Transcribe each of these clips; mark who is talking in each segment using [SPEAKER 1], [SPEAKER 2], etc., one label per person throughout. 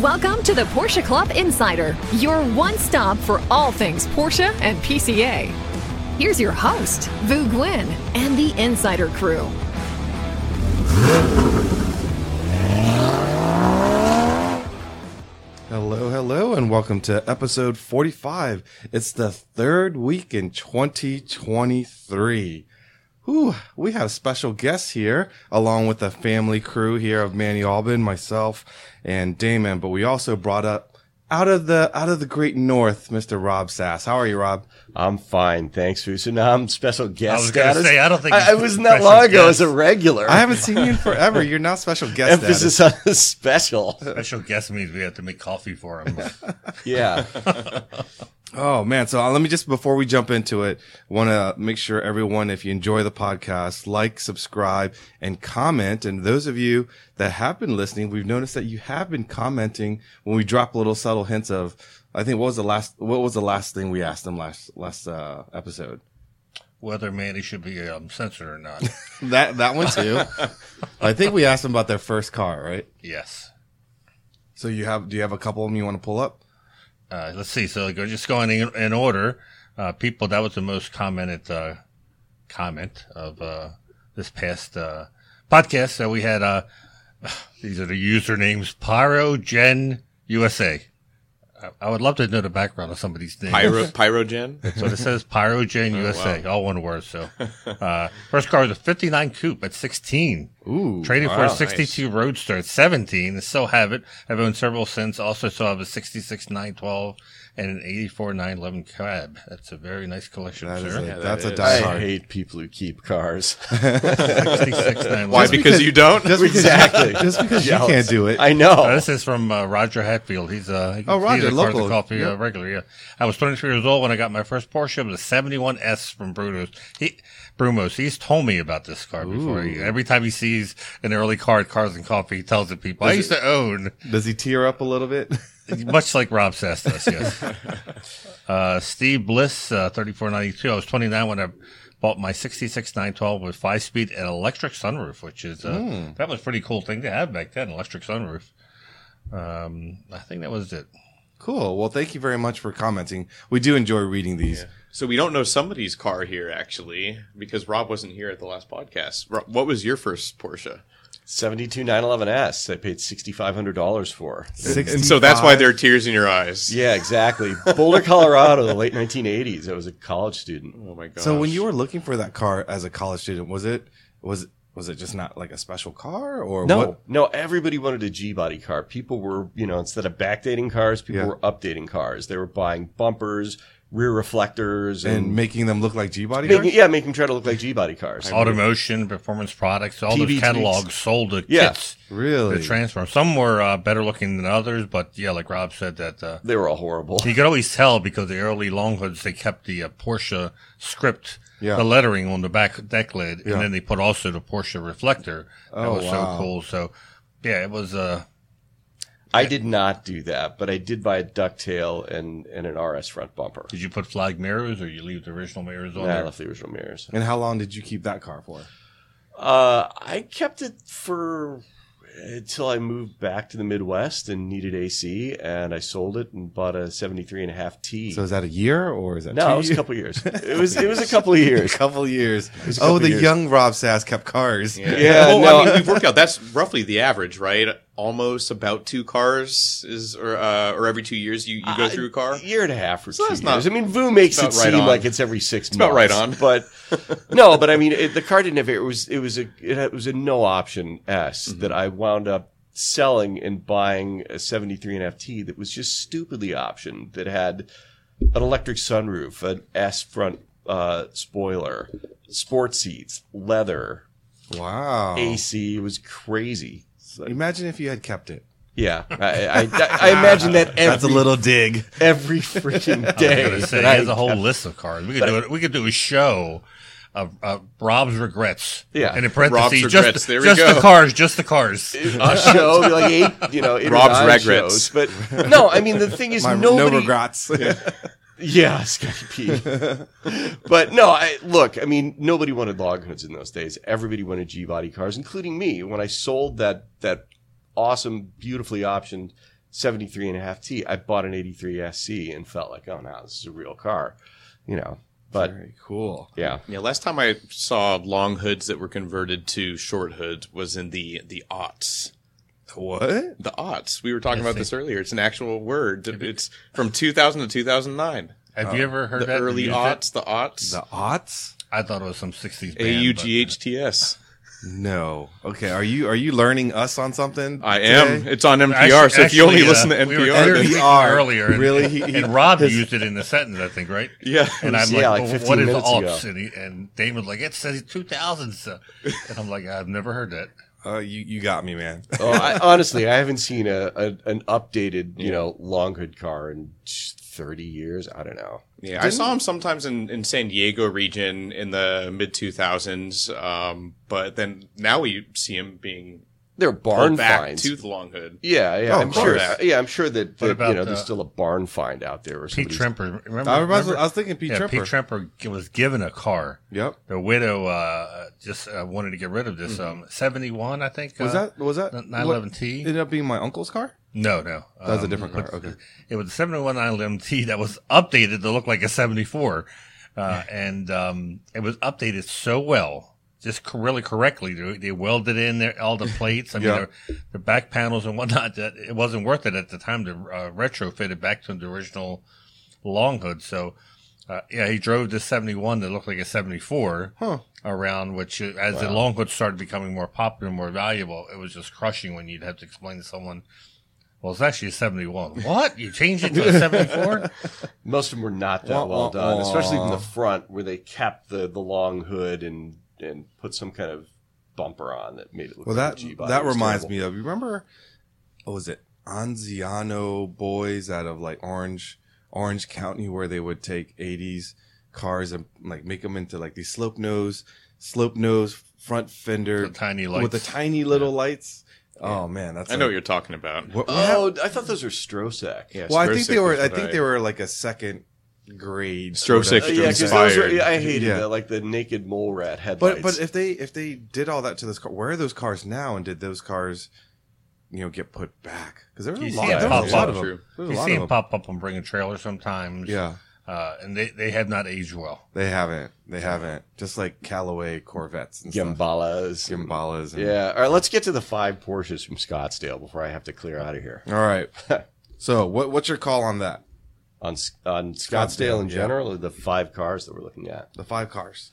[SPEAKER 1] Welcome to the Porsche Club Insider, your one stop for all things Porsche and PCA. Here's your host, Vu Gwyn, and the Insider crew.
[SPEAKER 2] Hello, hello, and welcome to episode 45. It's the third week in 2023. Whew, we have special guests here, along with the family crew here of Manny Albin, myself, and Damon. But we also brought up out of the out of the great north, Mr. Rob Sass. How are you, Rob?
[SPEAKER 3] I'm fine, thanks, Fusu. Now I'm special guest.
[SPEAKER 4] I was gonna
[SPEAKER 3] status.
[SPEAKER 4] say, I don't think
[SPEAKER 3] I,
[SPEAKER 4] he's
[SPEAKER 3] I was not
[SPEAKER 4] special
[SPEAKER 3] long ago as
[SPEAKER 4] guest.
[SPEAKER 3] a regular.
[SPEAKER 2] I haven't seen you in forever. You're now special guest.
[SPEAKER 3] emphasis on the special.
[SPEAKER 4] Special guest means we have to make coffee for him.
[SPEAKER 3] Yeah,
[SPEAKER 2] Oh man! So uh, let me just before we jump into it, want to make sure everyone, if you enjoy the podcast, like, subscribe, and comment. And those of you that have been listening, we've noticed that you have been commenting when we drop little subtle hints of. I think what was the last what was the last thing we asked them last last uh, episode?
[SPEAKER 4] Whether Manny should be um, censored or not.
[SPEAKER 2] That that one too. I think we asked them about their first car, right?
[SPEAKER 4] Yes.
[SPEAKER 2] So you have do you have a couple of them you want to pull up?
[SPEAKER 4] Uh, let's see. So go, just going in, in order. Uh, people, that was the most commented uh, comment of uh, this past uh, podcast. So we had uh, these are the usernames PyroGen USA. I, I would love to know the background of somebody's name.
[SPEAKER 5] Pyro Pyrogen. That's
[SPEAKER 4] But it says Pyrogen USA, all one word. So, uh, first car was a 59 Coupe at 16. Ooh. Traded for a
[SPEAKER 5] wow,
[SPEAKER 4] 62 Roadster at 17. And still have it. I've owned several since. Also, still have a 66 912 and an 84 911 cab. That's a very nice collection,
[SPEAKER 2] That is
[SPEAKER 4] sir.
[SPEAKER 2] a,
[SPEAKER 5] that
[SPEAKER 2] that's a
[SPEAKER 5] is.
[SPEAKER 3] I
[SPEAKER 2] diehard.
[SPEAKER 3] hate people who keep cars.
[SPEAKER 4] 66
[SPEAKER 5] Why? Because you don't.
[SPEAKER 2] Just because-
[SPEAKER 3] Exactly.
[SPEAKER 2] Just because you
[SPEAKER 3] Jealous.
[SPEAKER 2] can't do it.
[SPEAKER 3] I know.
[SPEAKER 4] this is from uh, Roger Hatfield. He's uh,
[SPEAKER 2] Oh, Roger,
[SPEAKER 4] he's a Carter
[SPEAKER 2] local.
[SPEAKER 4] coffee uh,
[SPEAKER 2] Yep.
[SPEAKER 4] regular. Yeah, I was 23 years old when I got my first Porsche. It was a 71S from Bruno's. He, Brumos. He's told me about this car before. He- every time he sees an early car at Cars and Coffee, he tells the people. I used to own,
[SPEAKER 2] Does he tear up a little bit?
[SPEAKER 4] much like Rob Sestos. Yes. uh, Steve Bliss, uh, 3492. I was 29 when I. Bought my 66 912 with five speed and electric sunroof, which is uh, that was a pretty cool thing to have back then. Electric sunroof. Um, I think that was it.
[SPEAKER 2] Cool. Well, thank you very much for commenting. We do enjoy reading these.
[SPEAKER 5] So we don't know somebody's car here actually because Rob wasn't here at the last podcast. Rob, what was your first Porsche?
[SPEAKER 3] Seventy-two nine eleven S. I paid sixty-five hundred dollars for.
[SPEAKER 5] And so that's why there are
[SPEAKER 2] 65.
[SPEAKER 5] tears in your eyes.
[SPEAKER 3] Yeah, exactly. Boulder, Colorado, the late nineteen eighties. I was a college student.
[SPEAKER 5] Oh my god.
[SPEAKER 2] So when you were looking for that car as a college student, was it was was it just not like a special car or
[SPEAKER 3] No,
[SPEAKER 2] what?
[SPEAKER 3] no. Everybody wanted a G body car. People were, you know, instead of backdating cars, people
[SPEAKER 2] Yeah.
[SPEAKER 3] were updating cars. They were buying bumpers, rear reflectors, and,
[SPEAKER 2] And making them look like G body
[SPEAKER 3] Mm. Making,
[SPEAKER 2] cars?
[SPEAKER 3] yeah, make them try to look like G body cars.
[SPEAKER 4] Automotion, performance products, all
[SPEAKER 3] TV
[SPEAKER 4] those catalogs
[SPEAKER 3] tweaks.
[SPEAKER 4] sold to
[SPEAKER 3] Yeah.
[SPEAKER 4] kits
[SPEAKER 2] Really?
[SPEAKER 4] to transform. Some were uh, better looking than others, but yeah, like Rob said, that uh,
[SPEAKER 3] They were all horrible.
[SPEAKER 4] you could always tell because the early long hoods they kept the uh, Porsche script,
[SPEAKER 2] Yeah.
[SPEAKER 4] the lettering on the back deck lid,
[SPEAKER 2] Yeah.
[SPEAKER 4] and then they put also the Porsche reflector. That
[SPEAKER 2] Oh,
[SPEAKER 4] was
[SPEAKER 2] wow.
[SPEAKER 4] so cool. So yeah, it was. Uh,
[SPEAKER 3] I did not do that, but I did buy a ducktail and, and an RS front bumper.
[SPEAKER 4] did you put flag mirrors or you leave the original mirrors on
[SPEAKER 3] And I
[SPEAKER 4] there?
[SPEAKER 3] left the original mirrors.
[SPEAKER 2] and how long did you keep that car for?
[SPEAKER 3] Uh, I kept it for until I moved back to the Midwest and needed AC, and I sold it and bought a 73 and a half T.
[SPEAKER 2] So is that a year or is that
[SPEAKER 3] no,
[SPEAKER 2] two
[SPEAKER 3] it was a
[SPEAKER 2] years?
[SPEAKER 3] couple years. It was it was a couple of years.
[SPEAKER 2] couple years.
[SPEAKER 3] was a
[SPEAKER 2] oh,
[SPEAKER 3] couple
[SPEAKER 2] the
[SPEAKER 3] years.
[SPEAKER 2] young Rob Sass kept cars.
[SPEAKER 5] yeah.
[SPEAKER 3] Yeah,
[SPEAKER 5] well,
[SPEAKER 3] uh, no.
[SPEAKER 5] Oh, I mean, we've worked out that's roughly the average, right? Almost about two cars is, or uh, or every two years you,
[SPEAKER 3] Uh,
[SPEAKER 5] you go through a car.
[SPEAKER 3] A year and a half or
[SPEAKER 5] So
[SPEAKER 3] two
[SPEAKER 5] that's
[SPEAKER 3] years.
[SPEAKER 5] not-
[SPEAKER 3] I mean, Vu makes it
[SPEAKER 5] about right
[SPEAKER 3] seem
[SPEAKER 5] on.
[SPEAKER 3] like it's every six
[SPEAKER 5] about
[SPEAKER 3] months.
[SPEAKER 5] right on.
[SPEAKER 3] but no. But I mean, it, the car didn't have it was it was a it was a no option S
[SPEAKER 5] Mm-hmm.
[SPEAKER 3] that I wound up selling and buying a 73 and FT that was just stupidly optioned that had an electric sunroof, an S front uh, spoiler, sport seats, leather,
[SPEAKER 5] Oh.
[SPEAKER 2] Wow.
[SPEAKER 3] AC. It was crazy.
[SPEAKER 2] Imagine if you had kept it.
[SPEAKER 3] Yeah, I, I, I imagine that every,
[SPEAKER 2] That's a little dig.
[SPEAKER 3] every freaking
[SPEAKER 4] I was
[SPEAKER 3] day.
[SPEAKER 4] gonna say,
[SPEAKER 3] that I
[SPEAKER 4] there's a whole list of cars. We could do it. We could do a show of uh, Rob's regrets.
[SPEAKER 3] Yeah.
[SPEAKER 4] and in parentheses,
[SPEAKER 5] Rob's
[SPEAKER 4] just,
[SPEAKER 5] regrets. There we
[SPEAKER 4] just
[SPEAKER 5] go.
[SPEAKER 4] the cars, just the cars.
[SPEAKER 3] a show, be like eight, you know, eight or
[SPEAKER 5] Rob's
[SPEAKER 3] nine shows.
[SPEAKER 5] regrets.
[SPEAKER 3] But no, I mean the thing is
[SPEAKER 2] My,
[SPEAKER 3] nobody.
[SPEAKER 2] no regrets.
[SPEAKER 3] Yeah, Scotty P. but no, I look. I mean, nobody wanted log hoods in those days. Everybody wanted G body cars, including me. When I sold that that awesome, beautifully optioned 73 and a half T, I bought an 83 SC and felt like, oh, no, this is a real car, you know. But
[SPEAKER 2] Very cool.
[SPEAKER 3] yeah,
[SPEAKER 5] Yeah, last time I saw long hoods that were converted to short hoods was in the the aughts.
[SPEAKER 2] What?
[SPEAKER 5] The aughts. We were talking
[SPEAKER 4] Yes,
[SPEAKER 5] about this earlier. It's an actual word. It's from 2000 to 2009.
[SPEAKER 4] Have you ever heard
[SPEAKER 5] uh, The
[SPEAKER 4] that? and
[SPEAKER 5] early
[SPEAKER 4] used
[SPEAKER 5] aughts. The aughts.
[SPEAKER 2] The aughts?
[SPEAKER 4] it? I thought it was some 60s band.
[SPEAKER 5] A U G H T S.
[SPEAKER 2] No. Okay. Are you are you learning us on something?
[SPEAKER 3] uh,
[SPEAKER 5] I
[SPEAKER 2] today?
[SPEAKER 5] am. It's on NPR. so if
[SPEAKER 4] Actually-
[SPEAKER 5] you only
[SPEAKER 4] actually,
[SPEAKER 5] listen to
[SPEAKER 4] uh, we were
[SPEAKER 5] NPR, then,
[SPEAKER 4] talking-
[SPEAKER 2] NPR.
[SPEAKER 4] earlier and-
[SPEAKER 2] Really? He-
[SPEAKER 4] but-
[SPEAKER 2] he-
[SPEAKER 4] And Rob used it in the sentence, I think, right?
[SPEAKER 5] yeah.
[SPEAKER 4] And I'm
[SPEAKER 3] was- yeah,
[SPEAKER 4] like,
[SPEAKER 3] like
[SPEAKER 4] well,
[SPEAKER 3] 15
[SPEAKER 4] what is
[SPEAKER 3] minutes ago.
[SPEAKER 4] alts? And, he, and Dane was like, it says 2000s. uh, And I'm like, I've never heard that.
[SPEAKER 2] Uh, you you got me, man.
[SPEAKER 3] oh, I, honestly, I haven't seen a, a an updated, you know, long hood car in 30 years. I don't know.
[SPEAKER 5] Yeah, I saw him sometimes in, in San Diego region in the mid 2000s, um, but then now we see him being
[SPEAKER 3] They're
[SPEAKER 5] pulled
[SPEAKER 3] barn
[SPEAKER 5] back
[SPEAKER 3] finds.
[SPEAKER 5] to the long hood.
[SPEAKER 3] yeah, yeah,
[SPEAKER 2] Oh,
[SPEAKER 3] I'm
[SPEAKER 2] of
[SPEAKER 3] sure.
[SPEAKER 2] course.
[SPEAKER 3] Yeah, I'm sure that, that,
[SPEAKER 4] about
[SPEAKER 3] you know there's
[SPEAKER 4] the-
[SPEAKER 3] still a barn find out there or
[SPEAKER 4] Pete
[SPEAKER 3] something.
[SPEAKER 4] Tremper. Remember,
[SPEAKER 2] I was,
[SPEAKER 4] remember-
[SPEAKER 2] I was thinking Pete
[SPEAKER 4] yeah,
[SPEAKER 2] Tremper.
[SPEAKER 4] Pete Tremper g- was given a car.
[SPEAKER 2] Yep.
[SPEAKER 4] The widow uh, just uh, wanted to get rid of this um, 71, I think.
[SPEAKER 2] Mm-hmm. Was
[SPEAKER 4] uh,
[SPEAKER 2] that was that
[SPEAKER 4] n- 911T?
[SPEAKER 2] what- Ended up being my uncle's car.
[SPEAKER 4] No, no. um, That
[SPEAKER 2] was a different car, okay.
[SPEAKER 4] It was a 71 LMT that was updated to look like a 74. Uh, and um, it was updated so well, just cor- really correctly. They, they welded in there, all the plates, I mean,
[SPEAKER 2] Yeah.
[SPEAKER 4] the, the back panels and whatnot, that it wasn't worth it at the time to uh, retrofit it back to the original long hood. So, uh, yeah, he drove the 71 that looked like a 74
[SPEAKER 2] Huh.
[SPEAKER 4] around, which uh, as the long hood started becoming more popular, more valuable, it was just crushing when you'd have to explain to someone, well, it's actually a 71. what? You changed it to a 74?
[SPEAKER 3] Most of them were not that
[SPEAKER 2] Wah,
[SPEAKER 3] well
[SPEAKER 2] wah,
[SPEAKER 3] done,
[SPEAKER 2] wah.
[SPEAKER 3] especially from the front where they kept the, the long hood and and put some kind of bumper on that made it look
[SPEAKER 2] Well,
[SPEAKER 3] like
[SPEAKER 2] that
[SPEAKER 3] a G-body.
[SPEAKER 2] that reminds me of. You remember? What was it? Anziano boys out of like Orange Orange County, where they would take '80s cars and like make them into like these slope nose, slope nose front fender,
[SPEAKER 4] The tiny
[SPEAKER 2] with the
[SPEAKER 4] lights.
[SPEAKER 2] tiny little lights. Oh man, that's
[SPEAKER 5] I know what you're talking about.
[SPEAKER 2] What, what hap-
[SPEAKER 3] Oh, I thought those were Strosek.
[SPEAKER 5] Yeah,
[SPEAKER 2] well, I think
[SPEAKER 5] Strosek
[SPEAKER 2] they were.
[SPEAKER 5] was
[SPEAKER 2] I
[SPEAKER 5] what
[SPEAKER 2] think they were like a second grade
[SPEAKER 5] Strosek
[SPEAKER 2] sort
[SPEAKER 3] Uh,
[SPEAKER 2] of-
[SPEAKER 3] yeah, because those were,
[SPEAKER 5] Inspired.
[SPEAKER 3] I hated
[SPEAKER 2] Yeah.
[SPEAKER 3] that, like the naked mole rat headlights.
[SPEAKER 2] But but if they if they did all that to this car, where are those cars now? And did those cars, you know, get put back? Because there was
[SPEAKER 4] You
[SPEAKER 2] a
[SPEAKER 4] see
[SPEAKER 2] lot,
[SPEAKER 4] it
[SPEAKER 2] there was a
[SPEAKER 4] pop
[SPEAKER 2] lot of
[SPEAKER 4] up.
[SPEAKER 2] them. There was
[SPEAKER 4] you
[SPEAKER 2] a lot
[SPEAKER 4] see
[SPEAKER 2] of
[SPEAKER 4] him
[SPEAKER 2] them.
[SPEAKER 4] pop up and bring a trailer sometimes.
[SPEAKER 2] Yeah,
[SPEAKER 4] Uh, and they, they have not aged well.
[SPEAKER 2] they haven't. They haven't. Just like Callaway Corvettes and stuff.
[SPEAKER 3] Gimbalas.
[SPEAKER 2] Gimbalas. And,
[SPEAKER 3] Yeah. All right, let's get to the five Porsches from Scottsdale before I have to clear out of here.
[SPEAKER 2] All right. so what what's your call on that?
[SPEAKER 3] On S- on Scottsdale in general, or the five cars that we're looking at.
[SPEAKER 2] The five cars.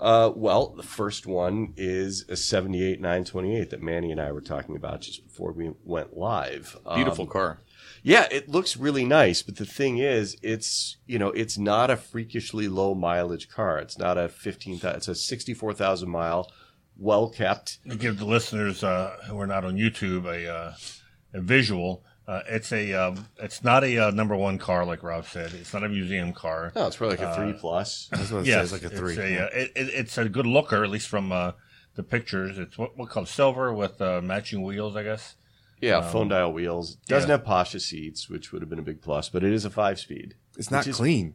[SPEAKER 3] Uh, well, the first one is a 78 928 that Manny and I were talking about just before we went live. Um,
[SPEAKER 5] Beautiful car.
[SPEAKER 3] Yeah, it looks really nice, but the thing is, it's you know, it's not a freakishly low mileage car. It's not a fifteen thousand. It's a sixty-four thousand mile, well kept.
[SPEAKER 4] to give the listeners uh, who are not on YouTube a, uh, a visual. Uh, it's a um, it's not a uh, number one car like Rob said. It's not a museum car.
[SPEAKER 3] No, it's probably like a three plus.
[SPEAKER 2] That's what Oh, it
[SPEAKER 4] Yes,
[SPEAKER 2] says. Like a
[SPEAKER 4] it's
[SPEAKER 2] three.
[SPEAKER 4] uh, it, it, it's a good looker, at least from uh, the pictures. It's what we call silver with uh, matching wheels, I guess.
[SPEAKER 3] Yeah, phone dial wheels. Doesn't
[SPEAKER 4] yeah.
[SPEAKER 3] have Pasha seats, which would have been a big plus, but it is a five-speed,
[SPEAKER 2] it's not
[SPEAKER 3] which is-
[SPEAKER 2] clean.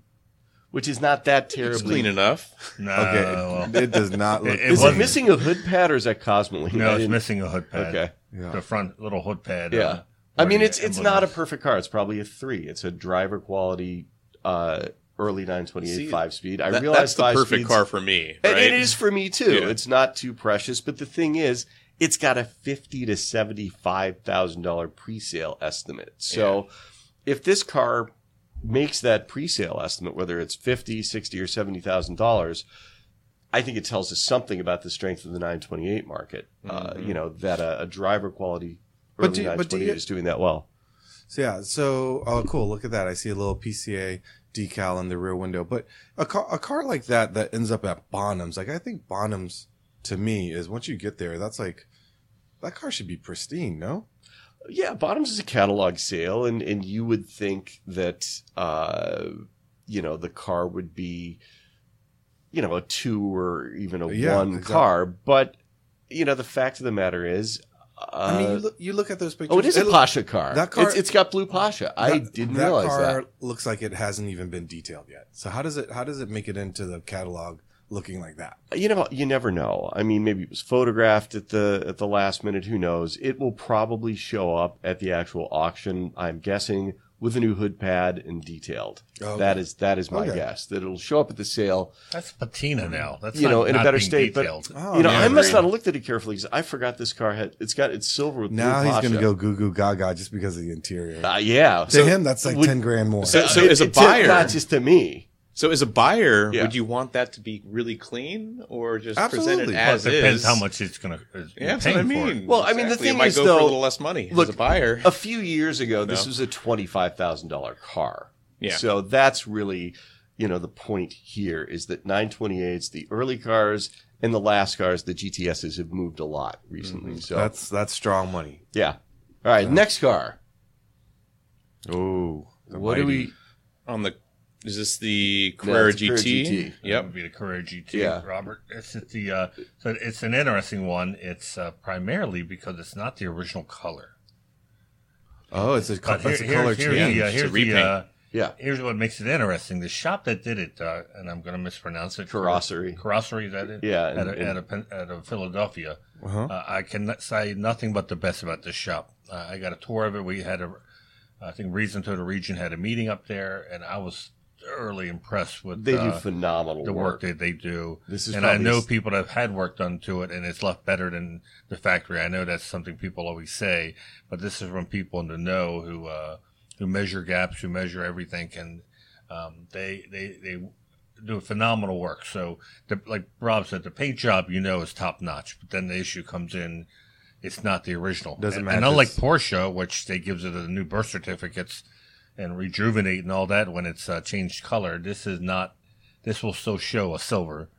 [SPEAKER 3] which is not that
[SPEAKER 5] It's
[SPEAKER 3] terribly.
[SPEAKER 5] clean enough.
[SPEAKER 4] No,
[SPEAKER 2] Okay.
[SPEAKER 4] Uh, well,
[SPEAKER 2] it does not look.
[SPEAKER 4] it
[SPEAKER 2] clean.
[SPEAKER 3] Is
[SPEAKER 4] wasn't-
[SPEAKER 3] it missing a hood pad or is that Cosmoline? I
[SPEAKER 4] no, it's
[SPEAKER 3] didn't-
[SPEAKER 4] missing a hood pad.
[SPEAKER 3] Okay.
[SPEAKER 2] Yeah.
[SPEAKER 4] the front little hood pad.
[SPEAKER 3] Yeah.
[SPEAKER 4] uh,
[SPEAKER 3] I
[SPEAKER 4] where
[SPEAKER 3] mean,
[SPEAKER 4] the
[SPEAKER 3] it's it's
[SPEAKER 4] emblem
[SPEAKER 3] not a
[SPEAKER 4] is.
[SPEAKER 3] perfect car. It's probably a three. It's a driver quality, uh, early nine twenty
[SPEAKER 5] See,
[SPEAKER 3] eight five speed. I
[SPEAKER 5] That-
[SPEAKER 3] realize
[SPEAKER 5] that's the
[SPEAKER 3] five
[SPEAKER 5] perfect
[SPEAKER 3] speeds-
[SPEAKER 5] car for me.
[SPEAKER 3] and
[SPEAKER 5] Right?
[SPEAKER 3] it is for me too.
[SPEAKER 5] Yeah.
[SPEAKER 3] It's not too precious. But the thing is, it's got a fifty to seventy five thousand dollar pre sale estimate. So if this car makes that pre sale estimate, whether it's fifty, sixty, or seventy thousand dollars. I think it tells us something about the strength of the 928 market. Uh, you know that a, a driver quality
[SPEAKER 2] Mm-hmm.
[SPEAKER 3] early
[SPEAKER 2] But do you- but do
[SPEAKER 3] 928
[SPEAKER 2] you-
[SPEAKER 3] is doing that well.
[SPEAKER 2] So yeah, so oh cool, look at that. I see a little PCA decal in the rear window. But a car a car like that that ends up at Bonhams, like I think Bonhams to me is once you get there, that's like that car should be pristine, no?
[SPEAKER 3] Yeah, Bottoms is a catalog sale, and and you would think that uh, you know the car would be, you know, a two or even a
[SPEAKER 2] Yeah,
[SPEAKER 3] one
[SPEAKER 2] exact-
[SPEAKER 3] car, but you know the fact of the matter is, uh,
[SPEAKER 2] I mean, you look, you look at those pictures.
[SPEAKER 3] oh, it is a
[SPEAKER 2] loo-
[SPEAKER 3] Pasha car.
[SPEAKER 2] that car-
[SPEAKER 3] it's, it's got blue Pasha. I
[SPEAKER 2] that-
[SPEAKER 3] didn't realize that.
[SPEAKER 2] looks like it hasn't even been detailed yet. So how does it how does it make it into the catalog looking like that.
[SPEAKER 3] you know you never know i mean maybe it was photographed at the at the last minute who knows it will probably show up at the actual auction i'm guessing with a new hood pad and detailed
[SPEAKER 2] Okay.
[SPEAKER 3] that is that is my
[SPEAKER 2] Okay.
[SPEAKER 3] guess that it'll show up at the sale
[SPEAKER 4] That's patina now. That's
[SPEAKER 3] you
[SPEAKER 4] not-
[SPEAKER 3] know in a
[SPEAKER 4] not
[SPEAKER 3] better
[SPEAKER 4] being
[SPEAKER 3] state
[SPEAKER 4] detailed.
[SPEAKER 3] but Oh. you know
[SPEAKER 2] yeah,
[SPEAKER 3] i must
[SPEAKER 2] agreed.
[SPEAKER 3] not have looked at it carefully because i forgot this car had it's got it's silver with
[SPEAKER 2] Now
[SPEAKER 3] blue
[SPEAKER 2] he's going to
[SPEAKER 3] fascia.
[SPEAKER 2] go goo goo gaga just because of the interior.
[SPEAKER 3] Uh, yeah
[SPEAKER 2] to him, that's like
[SPEAKER 3] would- uh,
[SPEAKER 2] ten grand more.
[SPEAKER 5] So, so
[SPEAKER 3] It-
[SPEAKER 5] as a
[SPEAKER 3] it's- not
[SPEAKER 5] buyer,
[SPEAKER 3] just to me
[SPEAKER 5] so as a buyer,
[SPEAKER 3] Yeah.
[SPEAKER 5] would you want that to be really clean or just
[SPEAKER 2] Absolutely.
[SPEAKER 5] presented
[SPEAKER 2] Well,
[SPEAKER 5] as
[SPEAKER 4] it depends
[SPEAKER 5] is?
[SPEAKER 4] how much it's uh, going to.
[SPEAKER 5] Yeah, that's what I mean.
[SPEAKER 3] Well, I mean, the
[SPEAKER 5] Exactly. It
[SPEAKER 3] thing
[SPEAKER 5] might
[SPEAKER 3] is,
[SPEAKER 5] go for
[SPEAKER 3] though,
[SPEAKER 5] a little less money
[SPEAKER 3] look,
[SPEAKER 5] as a buyer.
[SPEAKER 3] a few years ago, this
[SPEAKER 5] No.
[SPEAKER 3] was a twenty-five thousand dollar car.
[SPEAKER 5] Yeah.
[SPEAKER 3] So that's really, you know, the point here is that 928s, the early cars and the last cars, the GTSs have moved a lot recently. So
[SPEAKER 2] that's that's strong money.
[SPEAKER 3] yeah. All right, next car.
[SPEAKER 2] Oh,
[SPEAKER 3] What do we?
[SPEAKER 5] on the is this the
[SPEAKER 3] No,
[SPEAKER 5] Carrera
[SPEAKER 3] it's a Carrera
[SPEAKER 5] GT?
[SPEAKER 3] GT.
[SPEAKER 4] That
[SPEAKER 5] Yep.
[SPEAKER 4] would be the Carrera GT,
[SPEAKER 3] Yeah.
[SPEAKER 4] Robert. It's at the uh, so it's an interesting one. It's uh, primarily because it's not the original color.
[SPEAKER 2] Oh, it's a, co-
[SPEAKER 4] But
[SPEAKER 2] that's
[SPEAKER 4] here-
[SPEAKER 2] a color
[SPEAKER 4] here's- here's
[SPEAKER 2] change.
[SPEAKER 4] the, uh,
[SPEAKER 5] It's a
[SPEAKER 4] here's the,
[SPEAKER 5] repaint.
[SPEAKER 4] uh,
[SPEAKER 3] Yeah.
[SPEAKER 4] here's what makes it interesting. The shop that did it, uh, and I'm going to mispronounce it.
[SPEAKER 3] Carrosserie.
[SPEAKER 4] Carrosserie, is that it?
[SPEAKER 3] Yeah,
[SPEAKER 4] Out
[SPEAKER 3] and-
[SPEAKER 4] of,
[SPEAKER 3] and-
[SPEAKER 4] out of, Pen- out of Philadelphia. Uh, I can say nothing but the best about this shop. Uh, I got a tour of it. We had a, I think, Reason to the Region had a meeting up there, and I was thoroughly impressed with
[SPEAKER 3] They
[SPEAKER 4] uh,
[SPEAKER 3] do phenomenal
[SPEAKER 4] the work
[SPEAKER 3] work.
[SPEAKER 4] that they do.
[SPEAKER 3] This is
[SPEAKER 4] and I
[SPEAKER 3] probably-
[SPEAKER 4] know people that have had work done to it, and it's left better than the factory. I know that's something people always say, but this is from people in the know who uh, who measure gaps, who measure everything, and um, they they they do phenomenal work. So, the, like Rob said, the paint job you know is top notch, but then the issue comes in. It's not the original.
[SPEAKER 2] Doesn't
[SPEAKER 4] and,
[SPEAKER 2] match
[SPEAKER 4] And unlike
[SPEAKER 2] its-
[SPEAKER 4] Porsche, which they gives it a new birth certificates and rejuvenate and all that when it's uh, changed color, this is not this will still show a silver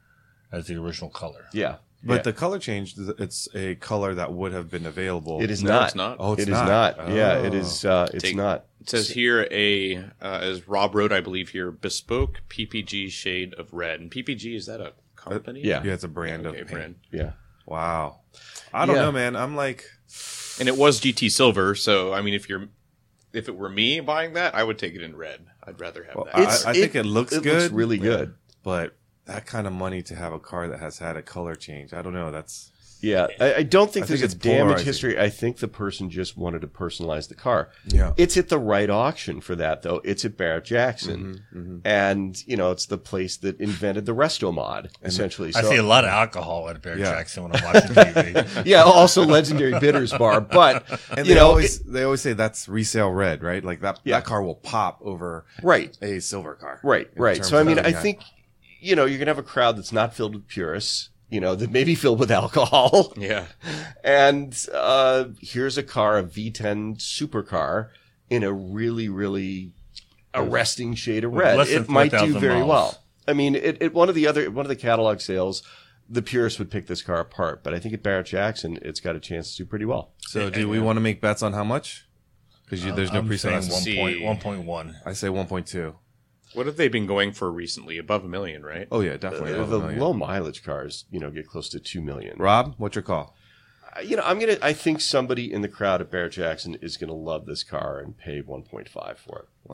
[SPEAKER 4] as the original color.
[SPEAKER 3] Yeah.
[SPEAKER 2] But
[SPEAKER 3] Yeah.
[SPEAKER 2] the color change, th- it's a color that would have been available.
[SPEAKER 3] it is
[SPEAKER 5] No,
[SPEAKER 3] not.
[SPEAKER 5] it's not.
[SPEAKER 2] Oh, it's
[SPEAKER 3] It is
[SPEAKER 2] not.
[SPEAKER 3] not. Yeah,
[SPEAKER 2] Oh.
[SPEAKER 3] it is. Uh, it's
[SPEAKER 5] Take-
[SPEAKER 3] not.
[SPEAKER 5] It says here a uh, as Rob wrote, I believe here bespoke PPG shade of red. And PPG is that a company?
[SPEAKER 3] yeah.
[SPEAKER 2] Yeah, it's a brand
[SPEAKER 5] Okay,
[SPEAKER 2] of paint.
[SPEAKER 5] brand.
[SPEAKER 3] Yeah.
[SPEAKER 2] Wow. I don't
[SPEAKER 3] Yeah.
[SPEAKER 2] know, man. I'm like,
[SPEAKER 5] And it was GT silver, so I mean, if you're if it were me buying that, I would take it in red. I'd rather have
[SPEAKER 2] Well,
[SPEAKER 5] that.
[SPEAKER 2] I- I think it looks
[SPEAKER 3] it
[SPEAKER 2] good.
[SPEAKER 3] Looks really good.
[SPEAKER 2] but that kind of money to have a car that has had a color change. I don't know. That's
[SPEAKER 3] Yeah, I, I don't think
[SPEAKER 2] I think
[SPEAKER 3] there's
[SPEAKER 2] it's
[SPEAKER 3] a damage
[SPEAKER 2] polarizing.
[SPEAKER 3] history. I think the person just wanted to personalize the car.
[SPEAKER 2] Yeah.
[SPEAKER 3] it's at the right auction for that though. It's at Barrett Jackson,
[SPEAKER 2] Mm-hmm,
[SPEAKER 3] and you know it's the place that invented the resto mod essentially.
[SPEAKER 4] I
[SPEAKER 3] so
[SPEAKER 4] see a lot of alcohol at Bear
[SPEAKER 2] Yeah.
[SPEAKER 4] Jackson when I'm watching TV.
[SPEAKER 3] yeah, also legendary bitters bar, but
[SPEAKER 2] and
[SPEAKER 3] you
[SPEAKER 2] they
[SPEAKER 3] know
[SPEAKER 2] always
[SPEAKER 3] it-
[SPEAKER 2] they always say that's resale red, right? Like that
[SPEAKER 3] Yeah.
[SPEAKER 2] that car will pop over
[SPEAKER 3] right,
[SPEAKER 2] a silver car.
[SPEAKER 3] right,
[SPEAKER 2] in
[SPEAKER 3] right.
[SPEAKER 2] terms
[SPEAKER 3] So I
[SPEAKER 2] of
[SPEAKER 3] mean,
[SPEAKER 2] that
[SPEAKER 3] I
[SPEAKER 2] guy.
[SPEAKER 3] think you know you're gonna have a crowd that's not filled with purists. You know that may be filled with alcohol.
[SPEAKER 5] yeah.
[SPEAKER 3] And uh, here's a car, a V10 supercar in a really, really arresting shade of
[SPEAKER 4] With
[SPEAKER 3] red.
[SPEAKER 4] less than
[SPEAKER 3] It might do
[SPEAKER 4] 4,000
[SPEAKER 3] very
[SPEAKER 4] miles.
[SPEAKER 3] well. I mean, at, at one of the other one of the catalog sales, the purists would pick this car apart, but I think at Barrett Jackson, it's got a chance to do pretty well.
[SPEAKER 2] So do we want to make bets on how much? Because there's no
[SPEAKER 4] I'm saying
[SPEAKER 2] precedent.
[SPEAKER 5] see.
[SPEAKER 4] 1.1. 1.1.
[SPEAKER 2] I say 1.2.
[SPEAKER 5] What have they been going for recently? Above a million, right?
[SPEAKER 2] Oh yeah, definitely.
[SPEAKER 3] Uh,
[SPEAKER 2] above a
[SPEAKER 3] the
[SPEAKER 2] million.
[SPEAKER 3] low mileage cars, you know, get close to two million.
[SPEAKER 2] Rob, what's your call?
[SPEAKER 3] Uh, You know, I'm gonna. I think somebody in the crowd at Barrett Jackson is gonna love this car and pay 1.5 for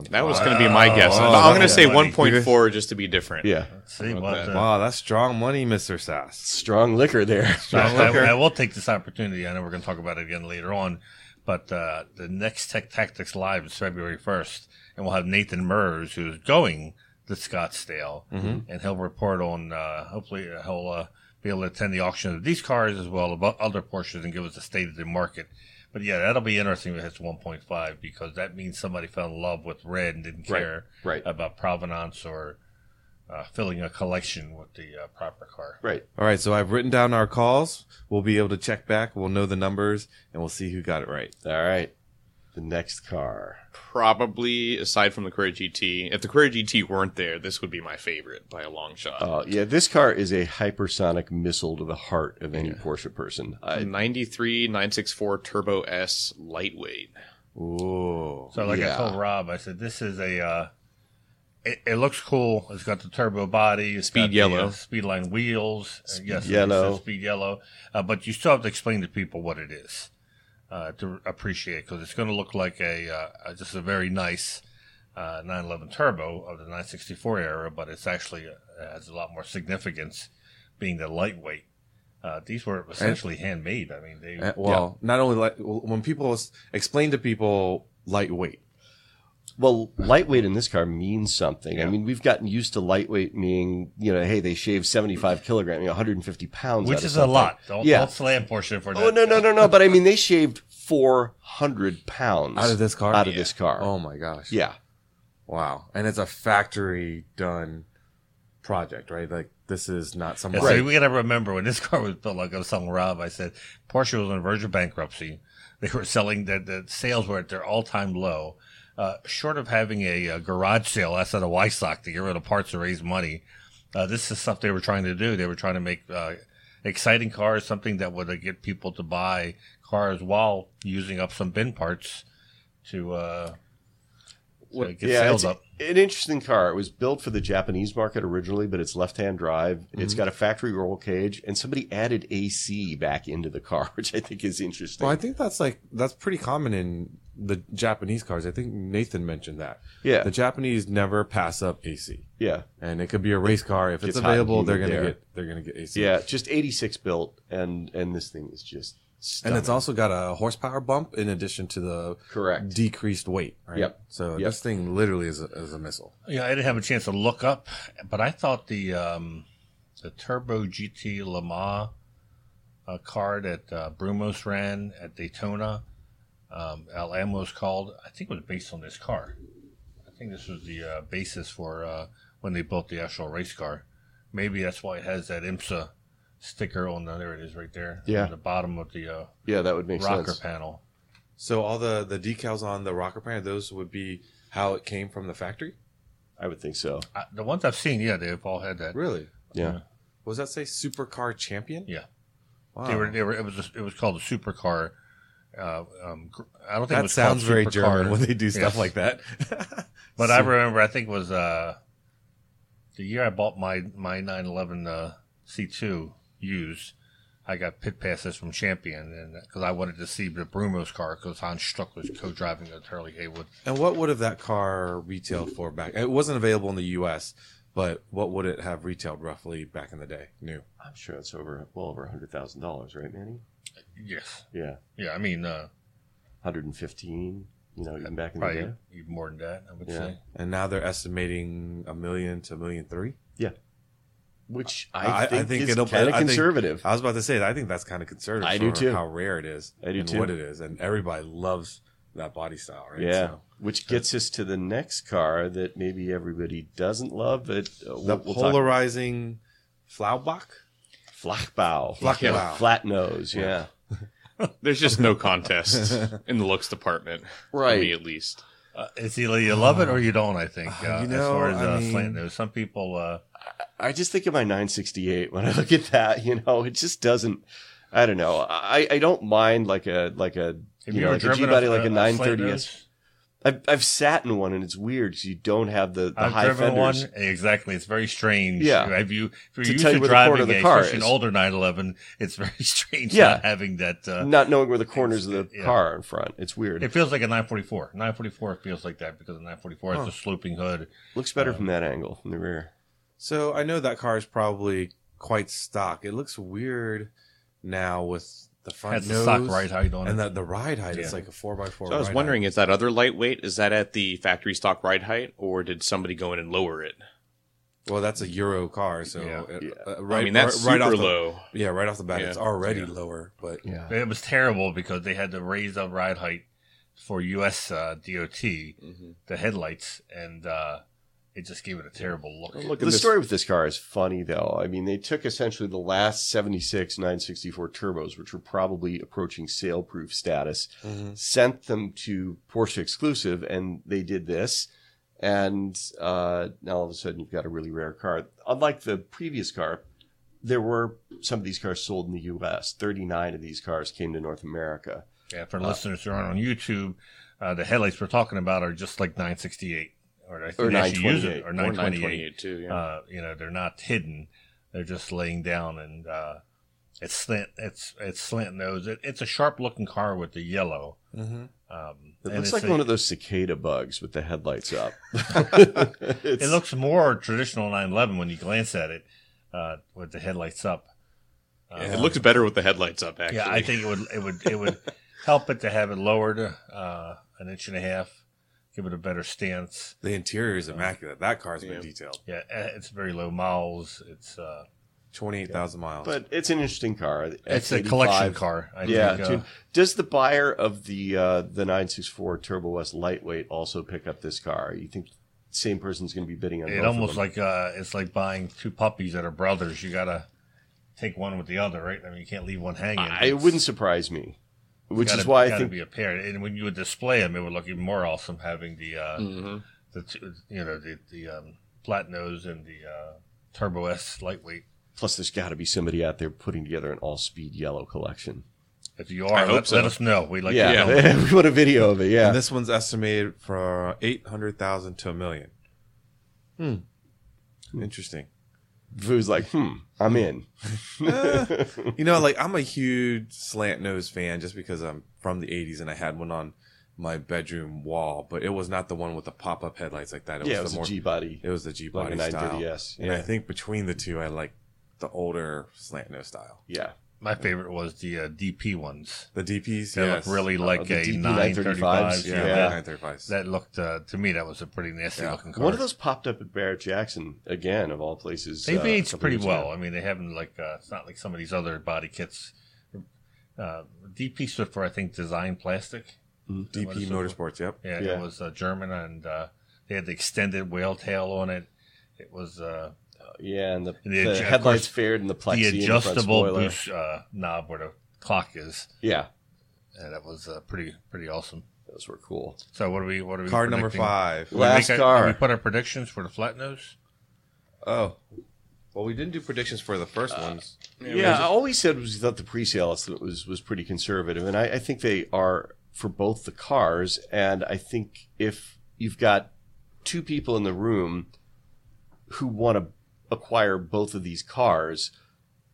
[SPEAKER 3] it.
[SPEAKER 5] That was going to be my guess. But I'm
[SPEAKER 2] that's
[SPEAKER 5] going to say
[SPEAKER 4] funny.
[SPEAKER 5] 1.4 just to be different.
[SPEAKER 3] Yeah,
[SPEAKER 4] See what? the-
[SPEAKER 2] Wow, that's strong money, Mister Sass.
[SPEAKER 3] strong liquor there.
[SPEAKER 4] I, I- I will take this opportunity. I know we're going to talk about it again later on, but uh, the next Tech Tactics Live is February 1st, and we'll have Nathan Murs, who's going to Scottsdale, and he'll report on, uh, hopefully, uh, he'll uh, be able to attend the auction of these cars as well as about other Porsches and give us a state of the market. But yeah, that'll be interesting if it's 1.5 because that means somebody fell in love with red and didn't
[SPEAKER 3] Right,
[SPEAKER 4] care
[SPEAKER 3] right.
[SPEAKER 4] about provenance or uh, filling a collection with the uh, proper car.
[SPEAKER 3] Right.
[SPEAKER 2] All right, so I've written down our calls. We'll be able to check back. We'll know the numbers, and we'll see who got it right.
[SPEAKER 3] All right. The next car.
[SPEAKER 5] Probably, aside from the Carrera GT, if the Carrera GT weren't there, this would be my favorite by a long shot.
[SPEAKER 3] Uh, yeah, this car is a hypersonic missile to the heart of any Porsche person.
[SPEAKER 5] A
[SPEAKER 3] I,
[SPEAKER 5] 93 964 Turbo S lightweight.
[SPEAKER 2] Ooh,
[SPEAKER 4] So, like
[SPEAKER 3] Yeah.
[SPEAKER 4] I told Rob, I said this is a. Uh, it, it looks cool. It's got the turbo body, it's
[SPEAKER 5] Speed
[SPEAKER 4] got the,
[SPEAKER 5] yellow.
[SPEAKER 4] uh, speed line wheels. Uh, yes,
[SPEAKER 3] yellow.
[SPEAKER 4] it says speed yellow. Uh, but you still have to explain to people what it is uh, to appreciate because it's going to look like a uh, uh, just a very nice uh, 911 Turbo of the 964 era, but it's actually uh, has a lot more significance being the lightweight. Uh, these were essentially handmade. I mean, they
[SPEAKER 2] Uh, well, not only like when people s- explain to people lightweight,
[SPEAKER 3] Well, lightweight in this car means something. I mean, we've gotten used to lightweight meaning, you know, hey, they shaved 75 kilogram, you know, 150 pounds. out
[SPEAKER 4] which
[SPEAKER 3] of
[SPEAKER 4] is a
[SPEAKER 3] something.
[SPEAKER 4] lot. Don't,
[SPEAKER 3] Yeah.
[SPEAKER 4] don't slam Porsche for that.
[SPEAKER 3] Oh, no, no, no, no. But I mean, they shaved 400 pounds
[SPEAKER 2] Out of this car?
[SPEAKER 3] Out of
[SPEAKER 2] Yeah.
[SPEAKER 3] this car.
[SPEAKER 2] oh my gosh,
[SPEAKER 3] Yeah.
[SPEAKER 2] wow! And it's a factory done project, right? Like this is not some
[SPEAKER 4] Yeah,
[SPEAKER 2] Right.
[SPEAKER 4] So we got to remember when this car was built, like I was telling Rob, I said Porsche was on the verge of bankruptcy. They were selling that the sales were at their all time low. Uh, short of having a, uh garage sale outside of Wysock to get rid of parts and raise money, uh, this is stuff they were trying to do. They were trying to make uh, exciting cars, something that would uh, get people to buy cars while using up some bin parts to, uh, to get sales
[SPEAKER 3] it's
[SPEAKER 4] up.
[SPEAKER 3] An interesting car. It was built for the Japanese market originally, but it's left-hand drive. It's got a factory roll cage, and somebody added AC back into the car, which I think is interesting.
[SPEAKER 2] Well, I think that's like that's pretty common in the Japanese cars. I think Nathan mentioned that.
[SPEAKER 3] Yeah.
[SPEAKER 2] the Japanese never pass up AC,
[SPEAKER 3] yeah,
[SPEAKER 2] and it could be a race car if it's
[SPEAKER 3] Gets hot and
[SPEAKER 2] available. They're
[SPEAKER 3] humid
[SPEAKER 2] gonna
[SPEAKER 3] there.
[SPEAKER 2] get they're gonna get AC.
[SPEAKER 3] yeah, just '86 built, and and this thing is just
[SPEAKER 2] and
[SPEAKER 3] stunning.
[SPEAKER 2] it's also got a horsepower bump in addition to the
[SPEAKER 3] Correct.
[SPEAKER 2] decreased weight. Right?
[SPEAKER 3] Yep.
[SPEAKER 2] So
[SPEAKER 3] Yep.
[SPEAKER 2] this thing literally is a, is a missile.
[SPEAKER 4] Yeah, I didn't have a chance to look up, but I thought the um, the Turbo GT Le Mans uh, car that uh, Brumos ran at Daytona, um, El Amo's called, I think was based on this car. I think this was the uh, basis for uh, when they built the actual race car. Maybe that's why it has that IMSA sticker on the, there it is right there.
[SPEAKER 3] Yeah.
[SPEAKER 4] On the bottom of the uh,
[SPEAKER 3] yeah, that would make
[SPEAKER 4] rocker
[SPEAKER 3] sense.
[SPEAKER 4] panel.
[SPEAKER 2] So all the the decals on the rocker pan, those would be how it came from the factory.
[SPEAKER 3] I would think so.
[SPEAKER 4] Uh, the ones I've seen, yeah, they've all had that.
[SPEAKER 2] Really?
[SPEAKER 3] Yeah.
[SPEAKER 2] Was that say supercar champion?
[SPEAKER 4] Yeah.
[SPEAKER 2] Wow.
[SPEAKER 4] They were, they were. It was. it was called a supercar. Uh, um, gr- I don't think it
[SPEAKER 2] that
[SPEAKER 4] was
[SPEAKER 2] sounds
[SPEAKER 4] called
[SPEAKER 2] very
[SPEAKER 4] supercar.
[SPEAKER 2] German when they do stuff
[SPEAKER 4] Yes.
[SPEAKER 2] like that.
[SPEAKER 4] But I remember. I think it was uh, the year I bought my my 911 uh, C2 used. I got pit passes from Champion, and because I wanted to see the Brumos car, because Hans Struck was co-driving the Turley Haywood.
[SPEAKER 2] and what would have that car retailed for back? It wasn't available in the U.S., but what would it have retailed roughly back in the day? New.
[SPEAKER 3] I'm sure it's over well over hundred thousand dollars, right, Manny?
[SPEAKER 4] Yes,
[SPEAKER 3] Yeah,
[SPEAKER 4] yeah. I mean, uh,
[SPEAKER 3] hundred and fifteen. You know, even back in the
[SPEAKER 4] probably
[SPEAKER 3] day.
[SPEAKER 4] even more than that. I would
[SPEAKER 3] Yeah.
[SPEAKER 4] say.
[SPEAKER 2] And now they're estimating a million to a million three.
[SPEAKER 3] Yeah, which I think, is
[SPEAKER 2] it'll-
[SPEAKER 3] kind
[SPEAKER 2] I
[SPEAKER 3] of
[SPEAKER 2] think-
[SPEAKER 3] conservative.
[SPEAKER 2] I was about to say, I think that's kind of conservative.
[SPEAKER 3] I
[SPEAKER 2] for
[SPEAKER 3] do too.
[SPEAKER 2] How rare it is.
[SPEAKER 3] I do
[SPEAKER 2] and
[SPEAKER 3] too.
[SPEAKER 2] What it is, and everybody loves that body style, right?
[SPEAKER 3] Yeah,
[SPEAKER 2] So,
[SPEAKER 3] which gets us to the next car that maybe everybody doesn't love. But
[SPEAKER 2] the
[SPEAKER 3] uh, we'll, we'll talk
[SPEAKER 2] polarizing Flaubach.
[SPEAKER 3] Flachbau,
[SPEAKER 2] Flachbau.
[SPEAKER 3] flat nose. Yeah,
[SPEAKER 5] There's just no contest in the looks department,
[SPEAKER 3] Right.
[SPEAKER 5] For me at least.
[SPEAKER 4] Uh, it's either you love it or you don't. I think. Uh,
[SPEAKER 2] you
[SPEAKER 4] as far
[SPEAKER 2] know,
[SPEAKER 4] as
[SPEAKER 2] I
[SPEAKER 4] uh,
[SPEAKER 2] mean-
[SPEAKER 4] slant nose, some people. Uh,
[SPEAKER 3] I just think of my 968 when I look at that. You know, it just doesn't. I don't know. I, I don't mind like a like a
[SPEAKER 4] have
[SPEAKER 3] you know
[SPEAKER 4] ever
[SPEAKER 3] like a G
[SPEAKER 4] driven
[SPEAKER 3] body like a
[SPEAKER 4] flat
[SPEAKER 3] 930s.
[SPEAKER 4] nose?
[SPEAKER 3] I've I've sat in one and it's weird because you don't have the, the
[SPEAKER 4] I've
[SPEAKER 3] high
[SPEAKER 4] driven
[SPEAKER 3] fenders.
[SPEAKER 4] one. Exactly, it's very strange.
[SPEAKER 3] Yeah.
[SPEAKER 4] if you if you're
[SPEAKER 3] To
[SPEAKER 4] used
[SPEAKER 3] tell
[SPEAKER 4] to
[SPEAKER 3] you where the corner
[SPEAKER 4] driving
[SPEAKER 3] of the
[SPEAKER 4] a-
[SPEAKER 3] car
[SPEAKER 4] especially an
[SPEAKER 3] is.
[SPEAKER 4] older 911, it's very strange.
[SPEAKER 3] Yeah.
[SPEAKER 4] not having that. Uh,
[SPEAKER 3] Not knowing where the corners of the
[SPEAKER 4] yeah.
[SPEAKER 3] car are in front, it's weird.
[SPEAKER 4] It feels like a 944. 944 feels like that because the 944 has a sloping hood.
[SPEAKER 3] Looks better
[SPEAKER 4] uh,
[SPEAKER 3] from that angle from the rear.
[SPEAKER 2] So I know that car is probably quite stock. It looks weird now with the front
[SPEAKER 4] Has the
[SPEAKER 2] nose
[SPEAKER 4] stock ride height on
[SPEAKER 2] and
[SPEAKER 4] it.
[SPEAKER 2] the, the ride height. It's
[SPEAKER 4] Yeah.
[SPEAKER 2] like a four by four.
[SPEAKER 5] So I was wondering, is that other lightweight? Is that at the factory stock ride height, or did somebody go in and lower it?
[SPEAKER 2] Well, that's a Euro car, so
[SPEAKER 4] Yeah.
[SPEAKER 2] uh,
[SPEAKER 3] Yeah.
[SPEAKER 2] uh, right,
[SPEAKER 5] I mean, that's
[SPEAKER 2] right,
[SPEAKER 5] super
[SPEAKER 2] off the,
[SPEAKER 5] low.
[SPEAKER 2] Yeah, right off the bat,
[SPEAKER 5] Yeah.
[SPEAKER 2] it's already
[SPEAKER 5] Yeah.
[SPEAKER 2] lower, but
[SPEAKER 3] Yeah.
[SPEAKER 4] It was terrible because they had to raise the ride height for U.S. Uh, DOT,
[SPEAKER 2] Mm-hmm.
[SPEAKER 4] the headlights, and uh, it just gave it a terrible look.
[SPEAKER 2] look
[SPEAKER 3] The story with this car is funny, though. I mean, they took essentially the last 76 964 turbos, which were probably approaching sale proof status,
[SPEAKER 4] Mm-hmm.
[SPEAKER 3] sent them to Porsche exclusive, and they did this. And uh, now all of a sudden, you've got a really rare car. Unlike the previous car, there were some of these cars sold in the US. 39 of these cars came to North America.
[SPEAKER 4] Yeah, for listeners who aren't on YouTube, uh, the headlights we're talking about are just like 968, or I think
[SPEAKER 3] Or
[SPEAKER 4] they actually use
[SPEAKER 3] 928,
[SPEAKER 4] it, or
[SPEAKER 5] Or
[SPEAKER 4] 928.
[SPEAKER 5] 928 too. Yeah.
[SPEAKER 4] Uh, you know, they're not hidden; they're just laying down, and uh, it's slant. It's it's slant nose. It, it's a sharp looking car with the yellow.
[SPEAKER 2] Mhm.
[SPEAKER 4] Um,
[SPEAKER 3] It
[SPEAKER 4] And
[SPEAKER 3] looks
[SPEAKER 4] it's
[SPEAKER 3] like
[SPEAKER 4] a-
[SPEAKER 3] one of those cicada bugs with the headlights up.
[SPEAKER 4] It looks more traditional 911 when you glance at it uh, with the headlights up.
[SPEAKER 2] Uh,
[SPEAKER 4] Uh,
[SPEAKER 5] Yeah, it looks better with the headlights up. Actually,
[SPEAKER 4] Yeah, I think it would it would it would help it to have it lowered uh, an inch and a half, give it a better stance.
[SPEAKER 2] The interior is immaculate. That car's
[SPEAKER 5] Yeah.
[SPEAKER 2] been detailed.
[SPEAKER 4] Yeah, eh, it's very low miles. It's uh,
[SPEAKER 2] 28,000 miles.
[SPEAKER 3] but it's an interesting car. The
[SPEAKER 4] it's a
[SPEAKER 3] F85.
[SPEAKER 4] collection car. I
[SPEAKER 3] yeah.
[SPEAKER 4] think, uh,
[SPEAKER 3] dude. Does the buyer of the uh, the 964 Turbo S lightweight also pick up this car? You think the same person's going to be bidding on both
[SPEAKER 4] it
[SPEAKER 3] of
[SPEAKER 4] almost
[SPEAKER 3] them?
[SPEAKER 4] like uh, it's like buying two puppies that are brothers. You gotta take one with the other, right? I mean, you can't leave one hanging.
[SPEAKER 3] I, it wouldn't surprise me. Which
[SPEAKER 4] gotta,
[SPEAKER 3] is why I
[SPEAKER 4] gotta
[SPEAKER 3] think
[SPEAKER 4] be a pair. And when you would display them, it would look even more awesome having the uh,
[SPEAKER 3] Mm.
[SPEAKER 5] Mm-hmm.
[SPEAKER 4] the two, you know the the um, flat nose and the uh, turbo S lightweight.
[SPEAKER 3] Plus, there's got to be somebody out there putting together an all-speed yellow collection.
[SPEAKER 4] If you are,
[SPEAKER 5] hope
[SPEAKER 4] let,
[SPEAKER 5] so.
[SPEAKER 4] let us know. We'd like
[SPEAKER 3] yeah,
[SPEAKER 4] to know.
[SPEAKER 3] we want a video of it. Yeah,
[SPEAKER 2] and this one's estimated for 800,000 to a million. Hmm. Interesting.
[SPEAKER 3] Vu's like, hmm, I'm in.
[SPEAKER 2] You know, like I'm a huge slant nose fan just because I'm from the 80s and I had one on my bedroom wall, but it was not the one with the pop up headlights like that. It
[SPEAKER 3] yeah,
[SPEAKER 2] was
[SPEAKER 3] it was
[SPEAKER 2] the
[SPEAKER 3] a
[SPEAKER 2] more
[SPEAKER 3] G body.
[SPEAKER 2] it was the G body
[SPEAKER 3] Like a
[SPEAKER 2] style.
[SPEAKER 3] 930S,
[SPEAKER 2] And I
[SPEAKER 3] yeah.
[SPEAKER 2] think between the two I like the older slant nose style.
[SPEAKER 3] Yeah,
[SPEAKER 4] My favorite was the uh, DP ones.
[SPEAKER 2] The DPs,
[SPEAKER 4] They
[SPEAKER 2] yeah,
[SPEAKER 4] look really like
[SPEAKER 3] Uh, the
[SPEAKER 4] a
[SPEAKER 3] DP
[SPEAKER 4] 935.
[SPEAKER 3] 935s,
[SPEAKER 2] yeah,
[SPEAKER 3] yeah.
[SPEAKER 2] 935s.
[SPEAKER 4] That looked uh, to me that was a pretty nasty
[SPEAKER 2] Yeah.
[SPEAKER 4] looking car.
[SPEAKER 3] one of those popped up at Barrett Jackson again, of all places.
[SPEAKER 4] They've
[SPEAKER 3] uh, a
[SPEAKER 4] aged
[SPEAKER 3] couple
[SPEAKER 4] pretty
[SPEAKER 3] years
[SPEAKER 4] well.
[SPEAKER 3] ago.
[SPEAKER 4] I mean, they haven't like uh, it's not like some of these other body kits. Uh, DP stood for I think design plastic.
[SPEAKER 2] DP Motorsports, yep.
[SPEAKER 4] Yeah,
[SPEAKER 3] Yeah.
[SPEAKER 4] it was uh, German, and uh, they had the extended whale tail on it. It was uh,
[SPEAKER 3] Yeah, and the,
[SPEAKER 4] And the
[SPEAKER 3] the
[SPEAKER 4] adju- of
[SPEAKER 3] headlights
[SPEAKER 4] course,
[SPEAKER 3] fared in the plexi
[SPEAKER 4] the
[SPEAKER 3] and the front
[SPEAKER 4] adjustable
[SPEAKER 3] spoiler.
[SPEAKER 4] boost uh, knob where the clock is.
[SPEAKER 3] Yeah,
[SPEAKER 4] Yeah, that was uh, pretty pretty awesome.
[SPEAKER 3] those were cool.
[SPEAKER 4] So what are we what are we
[SPEAKER 2] Car number
[SPEAKER 4] predicting?
[SPEAKER 2] five.
[SPEAKER 4] Did we make
[SPEAKER 3] Last
[SPEAKER 4] our-
[SPEAKER 3] car.
[SPEAKER 4] did we put our predictions for the flat nose.
[SPEAKER 2] Oh. Well, we didn't do predictions for the first ones.
[SPEAKER 3] Yeah, I always said was that the pre-sale estimate was was pretty conservative, and I, I think they are for both the cars. And I think if you've got two people in the room who want to acquire both of these cars,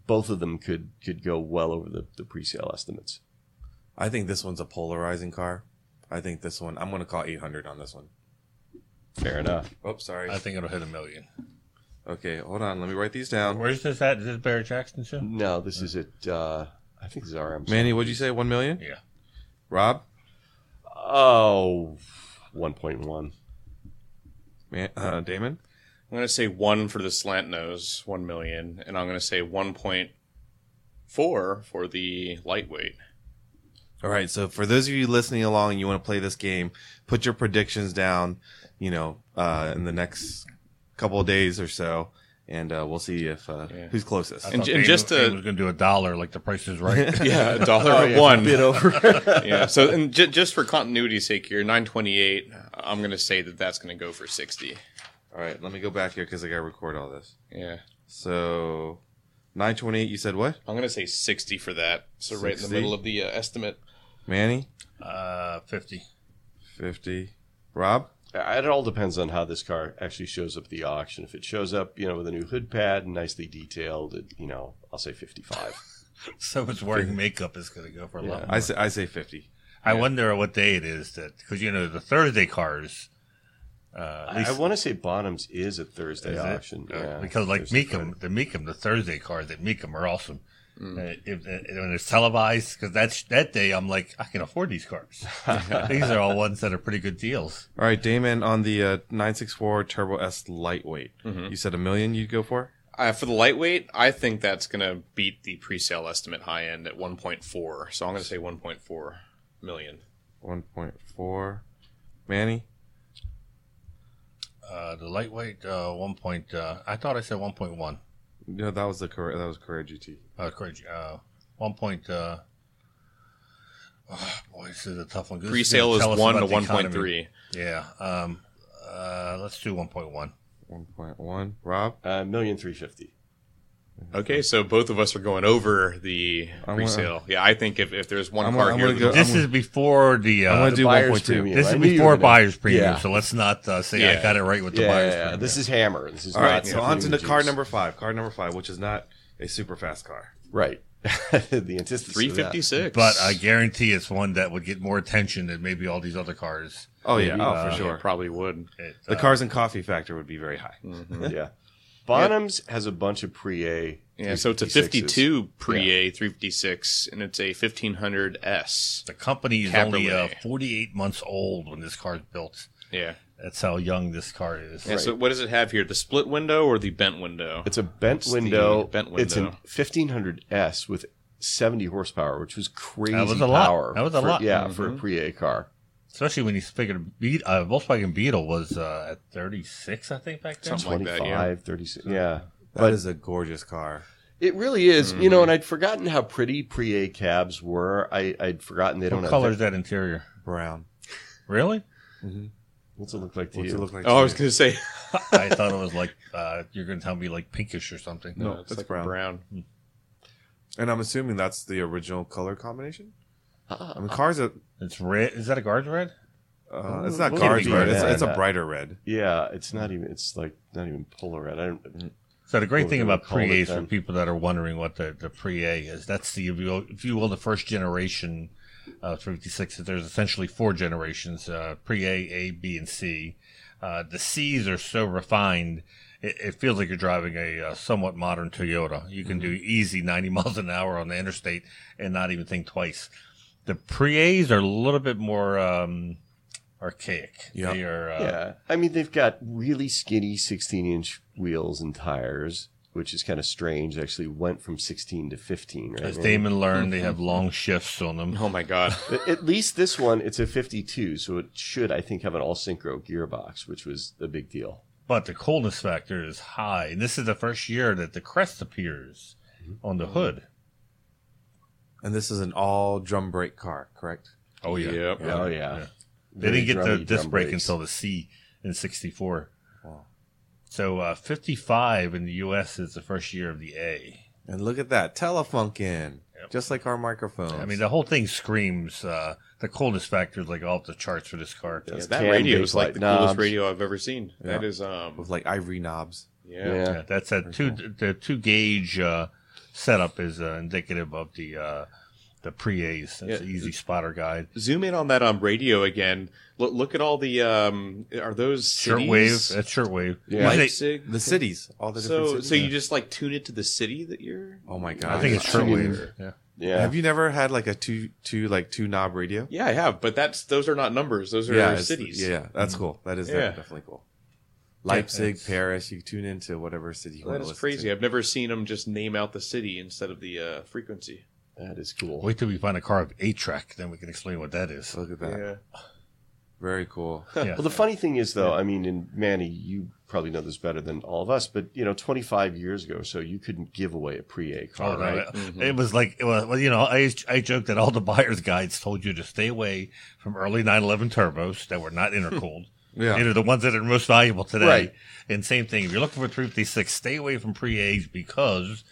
[SPEAKER 3] both of them could could go well over the, the pre-sale estimates.
[SPEAKER 2] I think this one's a polarizing car. I think this one, I'm going to call 800 on this one.
[SPEAKER 3] Fair enough.
[SPEAKER 2] Oops, sorry.
[SPEAKER 4] I think it'll hit a million.
[SPEAKER 2] Okay, hold on. Let me write these down.
[SPEAKER 4] Where's this at? Is this Barry Jackson show?
[SPEAKER 3] No, this is it. Uh, I think this is RM.
[SPEAKER 2] Manny, what'd you say? One million?
[SPEAKER 4] Yeah.
[SPEAKER 2] Rob?
[SPEAKER 3] Oh, 1.1.
[SPEAKER 2] Man, uh, Damon?
[SPEAKER 5] I'm going to say one for the slant nose, one million, and I'm going to say one point four for the lightweight.
[SPEAKER 2] All right. So for those of you listening along and you want to play this game, put your predictions down, you know, uh, in the next couple of days or so. And uh, we'll see if uh, who's closest.
[SPEAKER 5] And-
[SPEAKER 4] Thought
[SPEAKER 5] and
[SPEAKER 4] Dave-
[SPEAKER 5] just to-
[SPEAKER 4] Dave was going to do a dollar like the price is right.
[SPEAKER 5] Yeah, a dollar at Uh, one. Bit over. yeah. So, and j- just for continuity's sake here, nine twenty-eight. I'm going to say that that's going to go for sixty.
[SPEAKER 2] All right. Let me go back here because I got to record all this.
[SPEAKER 5] Yeah.
[SPEAKER 2] So 928, you said what?
[SPEAKER 5] I'm going to say sixty for that. So right in
[SPEAKER 2] 60?
[SPEAKER 5] the middle of the uh, estimate.
[SPEAKER 2] Manny?
[SPEAKER 4] uh, 50.
[SPEAKER 2] 50. Rob?
[SPEAKER 3] It all depends on how this car actually shows up at the auction. If it shows up, you know, with a new hood pad, nicely detailed, it, you know, I'll say 55.
[SPEAKER 4] So it's wearing makeup is going to go for a lot.
[SPEAKER 2] I say, I say 50.
[SPEAKER 4] I wonder what day it is that because you know the Thursday cars uh,
[SPEAKER 3] I- I want to say Bonhams is a Thursday
[SPEAKER 4] is it?
[SPEAKER 3] auction. yeah.
[SPEAKER 4] because like
[SPEAKER 3] Thursday,
[SPEAKER 4] Meekum, the Meekum, the Thursday cars at Meekum are awesome. Uh, if, uh, when it's televised, because that's that day, I'm like, I can afford these cars. these are all ones that are pretty good deals.
[SPEAKER 2] All right, Damon, on the uh, 964 Turbo S Lightweight,
[SPEAKER 5] Mm-hmm.
[SPEAKER 2] you said a million you'd go for?
[SPEAKER 5] Uh, for the lightweight, I think that's going to beat the pre-sale estimate high end at 1.4. So I'm going to say 1.4 million.
[SPEAKER 2] 1.4. Manny?
[SPEAKER 4] Uh, the lightweight uh, one point. Uh, I thought I said one point one.
[SPEAKER 2] No, that was the correct. That was correct GT.
[SPEAKER 4] Uh, correct. Uh, one point. Uh, oh, boy, this is a tough one. This
[SPEAKER 5] Pre-sale
[SPEAKER 4] gonna
[SPEAKER 5] is
[SPEAKER 4] tell us
[SPEAKER 5] one to
[SPEAKER 4] about the economy.
[SPEAKER 5] 1.3.
[SPEAKER 4] Yeah. Um, uh, let's do one point one.
[SPEAKER 2] One point one. Rob,
[SPEAKER 3] Uh, million three fifty.
[SPEAKER 5] Okay, so both of us are going over the
[SPEAKER 2] I'm
[SPEAKER 5] pre-sale. yeah, I think if, if there's one
[SPEAKER 2] I'm
[SPEAKER 5] car
[SPEAKER 2] gonna- I'm
[SPEAKER 5] here,
[SPEAKER 2] gonna
[SPEAKER 5] that-
[SPEAKER 2] go-
[SPEAKER 4] This is before the. Uh,
[SPEAKER 2] I'm gonna do one
[SPEAKER 3] buyer's
[SPEAKER 2] point two.
[SPEAKER 3] premium.
[SPEAKER 4] This
[SPEAKER 3] I
[SPEAKER 4] is
[SPEAKER 3] knew you
[SPEAKER 4] before
[SPEAKER 3] were gonna-
[SPEAKER 4] buyer's premium,
[SPEAKER 3] Yeah.
[SPEAKER 4] so let's not uh, say I
[SPEAKER 5] Yeah.
[SPEAKER 4] got it right with the
[SPEAKER 3] Yeah,
[SPEAKER 4] buyer's
[SPEAKER 3] yeah, yeah.
[SPEAKER 4] premium.
[SPEAKER 3] this is Hammer. This is
[SPEAKER 2] All right,
[SPEAKER 3] not
[SPEAKER 2] so on to
[SPEAKER 3] something
[SPEAKER 2] the
[SPEAKER 3] you
[SPEAKER 2] car
[SPEAKER 3] just-
[SPEAKER 2] number five. Car number five, which is not a super fast car.
[SPEAKER 3] Right. the antithesis.
[SPEAKER 5] Three
[SPEAKER 3] of that.
[SPEAKER 5] fifty six.
[SPEAKER 4] but I guarantee it's one that would get more attention than maybe all these other cars.
[SPEAKER 2] Oh yeah, oh for
[SPEAKER 5] sure
[SPEAKER 2] sure.
[SPEAKER 5] probably would.
[SPEAKER 4] It,
[SPEAKER 2] The
[SPEAKER 4] uh,
[SPEAKER 2] cars and coffee factor would be very high.
[SPEAKER 5] Mm-hmm.
[SPEAKER 3] Yeah. Bonhams has a bunch of pre A.
[SPEAKER 5] Yeah, so it's a fifty two pre A three fifty six, and it's a fifteen hundred S.
[SPEAKER 4] the company is only uh,
[SPEAKER 5] Cabriolet.
[SPEAKER 4] 48 months old when this car is built.
[SPEAKER 5] Yeah.
[SPEAKER 4] That's how young this car is.
[SPEAKER 5] Yeah, So what does it have here? The split window or the bent window?
[SPEAKER 3] It's a bent
[SPEAKER 5] the
[SPEAKER 3] window.
[SPEAKER 5] bent
[SPEAKER 3] It's an
[SPEAKER 5] window.
[SPEAKER 3] 1500S with 70 horsepower, which was crazy
[SPEAKER 4] was a lot.
[SPEAKER 3] power.
[SPEAKER 4] That was a
[SPEAKER 3] for-
[SPEAKER 4] lot. Mm-hmm.
[SPEAKER 3] Yeah, for a pre A car.
[SPEAKER 4] Especially when you speak of Be- uh, Volkswagen Beetle was uh, at 36, I think, back then.
[SPEAKER 5] Something like that,
[SPEAKER 3] 25,
[SPEAKER 5] yeah.
[SPEAKER 3] 36. Yeah.
[SPEAKER 2] That is a gorgeous car.
[SPEAKER 3] It really is. You
[SPEAKER 4] Mm-hmm.
[SPEAKER 3] know, and I'd forgotten how pretty pre A cabs were. I, I'd forgotten they don't have.
[SPEAKER 4] What color is that interior?
[SPEAKER 2] Brown.
[SPEAKER 4] Really?
[SPEAKER 3] What's it look like to
[SPEAKER 2] What's
[SPEAKER 3] you?
[SPEAKER 2] it look like?
[SPEAKER 5] oh, I was
[SPEAKER 2] to
[SPEAKER 5] gonna say
[SPEAKER 4] I thought it was like, uh, you're going to tell me like pinkish or something.
[SPEAKER 2] No,
[SPEAKER 5] it's
[SPEAKER 2] it's
[SPEAKER 5] like
[SPEAKER 2] brown. you? And I'm assuming that's the original color combination. I mean, cars are.
[SPEAKER 4] It's red. Is that a guard's red?
[SPEAKER 2] Uh, it's not
[SPEAKER 3] Well,
[SPEAKER 2] cars
[SPEAKER 4] maybe
[SPEAKER 2] red. It's,
[SPEAKER 3] that.
[SPEAKER 2] it's a brighter red.
[SPEAKER 3] Yeah, it's not even. It's like not even Polaroid. I don't.
[SPEAKER 4] So the great
[SPEAKER 3] What
[SPEAKER 4] thing
[SPEAKER 3] do we
[SPEAKER 4] about
[SPEAKER 3] call it
[SPEAKER 4] pre-A's for
[SPEAKER 3] then?
[SPEAKER 4] people that are wondering what the, the pre-A is, that's the, if you will, if you will the first generation uh, 56. There's essentially four generations, uh, pre-A, A, B, and C. Uh, the C's are so refined, it, it feels like you're driving a uh, somewhat modern Toyota. You can
[SPEAKER 3] Mm-hmm.
[SPEAKER 4] do easy 90 miles an hour on the interstate and not even think twice. The pre-A's are a little bit more um, archaic.
[SPEAKER 2] Yeah.
[SPEAKER 4] They are, uh,
[SPEAKER 3] Yeah, I mean they've got really skinny 16-inch wheels and tires, which is kind of strange. They actually, went from 16 to 15. Right?
[SPEAKER 4] as Damon learned, they
[SPEAKER 3] Mm-hmm.
[SPEAKER 4] have long shifts on them.
[SPEAKER 5] Oh my god.
[SPEAKER 3] At- At least this one, it's a 52, so it should, I think, have an all synchro gearbox, which was a big deal.
[SPEAKER 4] but the coldness factor is high. And this is the first year that the crest appears
[SPEAKER 3] Mm-hmm.
[SPEAKER 4] on the hood.
[SPEAKER 2] And this is an all drum brake car, correct?
[SPEAKER 4] Oh
[SPEAKER 5] Yep.
[SPEAKER 3] Oh yeah,
[SPEAKER 4] Yeah. They
[SPEAKER 3] Very
[SPEAKER 4] didn't get the
[SPEAKER 3] drummy
[SPEAKER 4] disc
[SPEAKER 3] drum
[SPEAKER 4] brake
[SPEAKER 3] brakes.
[SPEAKER 4] until the C in '64. So uh, 55 in the U.S. is the first year of the A.
[SPEAKER 2] And look at that telefunken, just like our microphones.
[SPEAKER 4] I mean, the whole thing screams uh, the coldness factor is like off the charts for this car.
[SPEAKER 5] Yeah,
[SPEAKER 3] Those
[SPEAKER 5] that
[SPEAKER 3] tan
[SPEAKER 5] radio
[SPEAKER 3] big
[SPEAKER 5] is like
[SPEAKER 3] light
[SPEAKER 5] the
[SPEAKER 3] knobs.
[SPEAKER 5] coolest radio I've ever seen. That
[SPEAKER 2] Yeah.
[SPEAKER 5] is um
[SPEAKER 2] with like ivory knobs.
[SPEAKER 5] yeah.
[SPEAKER 3] Yeah.
[SPEAKER 4] Yeah, that's a two the two gauge uh, setup is uh, indicative of the uh, the pre A's. That's
[SPEAKER 5] Yeah.
[SPEAKER 4] an easy spotter guide.
[SPEAKER 5] Zoom in on that um radio again. Look look at all the um are those cities?
[SPEAKER 4] Shirtwave, that's shirtwave.
[SPEAKER 3] Yeah.
[SPEAKER 4] Usually-
[SPEAKER 5] Leipzig.
[SPEAKER 2] uh, The cities, all the different
[SPEAKER 5] So
[SPEAKER 2] cities.
[SPEAKER 5] so you just like tune it to the city that you're
[SPEAKER 2] Oh my god!
[SPEAKER 4] I think it's shirtwave. Yeah.
[SPEAKER 3] yeah.
[SPEAKER 2] Have you never had like a two two like two knob radio?
[SPEAKER 5] Yeah, I have, but that's those are not numbers. Those are
[SPEAKER 2] it's-
[SPEAKER 5] cities.
[SPEAKER 2] Yeah, yeah, that's
[SPEAKER 3] Mm-hmm.
[SPEAKER 2] cool. That is
[SPEAKER 5] Yeah.
[SPEAKER 2] definitely cool. Leipzig,
[SPEAKER 4] it's-
[SPEAKER 2] Paris. You tune into whatever city you
[SPEAKER 5] That
[SPEAKER 2] want
[SPEAKER 5] is
[SPEAKER 2] to
[SPEAKER 5] crazy.
[SPEAKER 2] To.
[SPEAKER 5] I've never seen them just name out the city instead of the uh, frequency.
[SPEAKER 3] That is cool.
[SPEAKER 4] Wait till we find a car of eight track, then we can explain what that is.
[SPEAKER 2] Look at that. Very cool.
[SPEAKER 4] Yeah.
[SPEAKER 3] Well, the funny thing is, though, I mean, and Manny, you probably know this better than all of us, but you know, 25 years ago, or so you couldn't give away a pre-A
[SPEAKER 4] Oh,
[SPEAKER 3] car,
[SPEAKER 4] no,
[SPEAKER 3] right?
[SPEAKER 4] it- It was like, it was, well, you know, I, I joked that all the buyer's guides told you to stay away from early 911 turbos that were not intercooled.
[SPEAKER 2] Yeah.
[SPEAKER 4] You know, the ones that are most valuable today.
[SPEAKER 3] Right.
[SPEAKER 4] And same thing, if you're looking for 356, stay away from pre A's because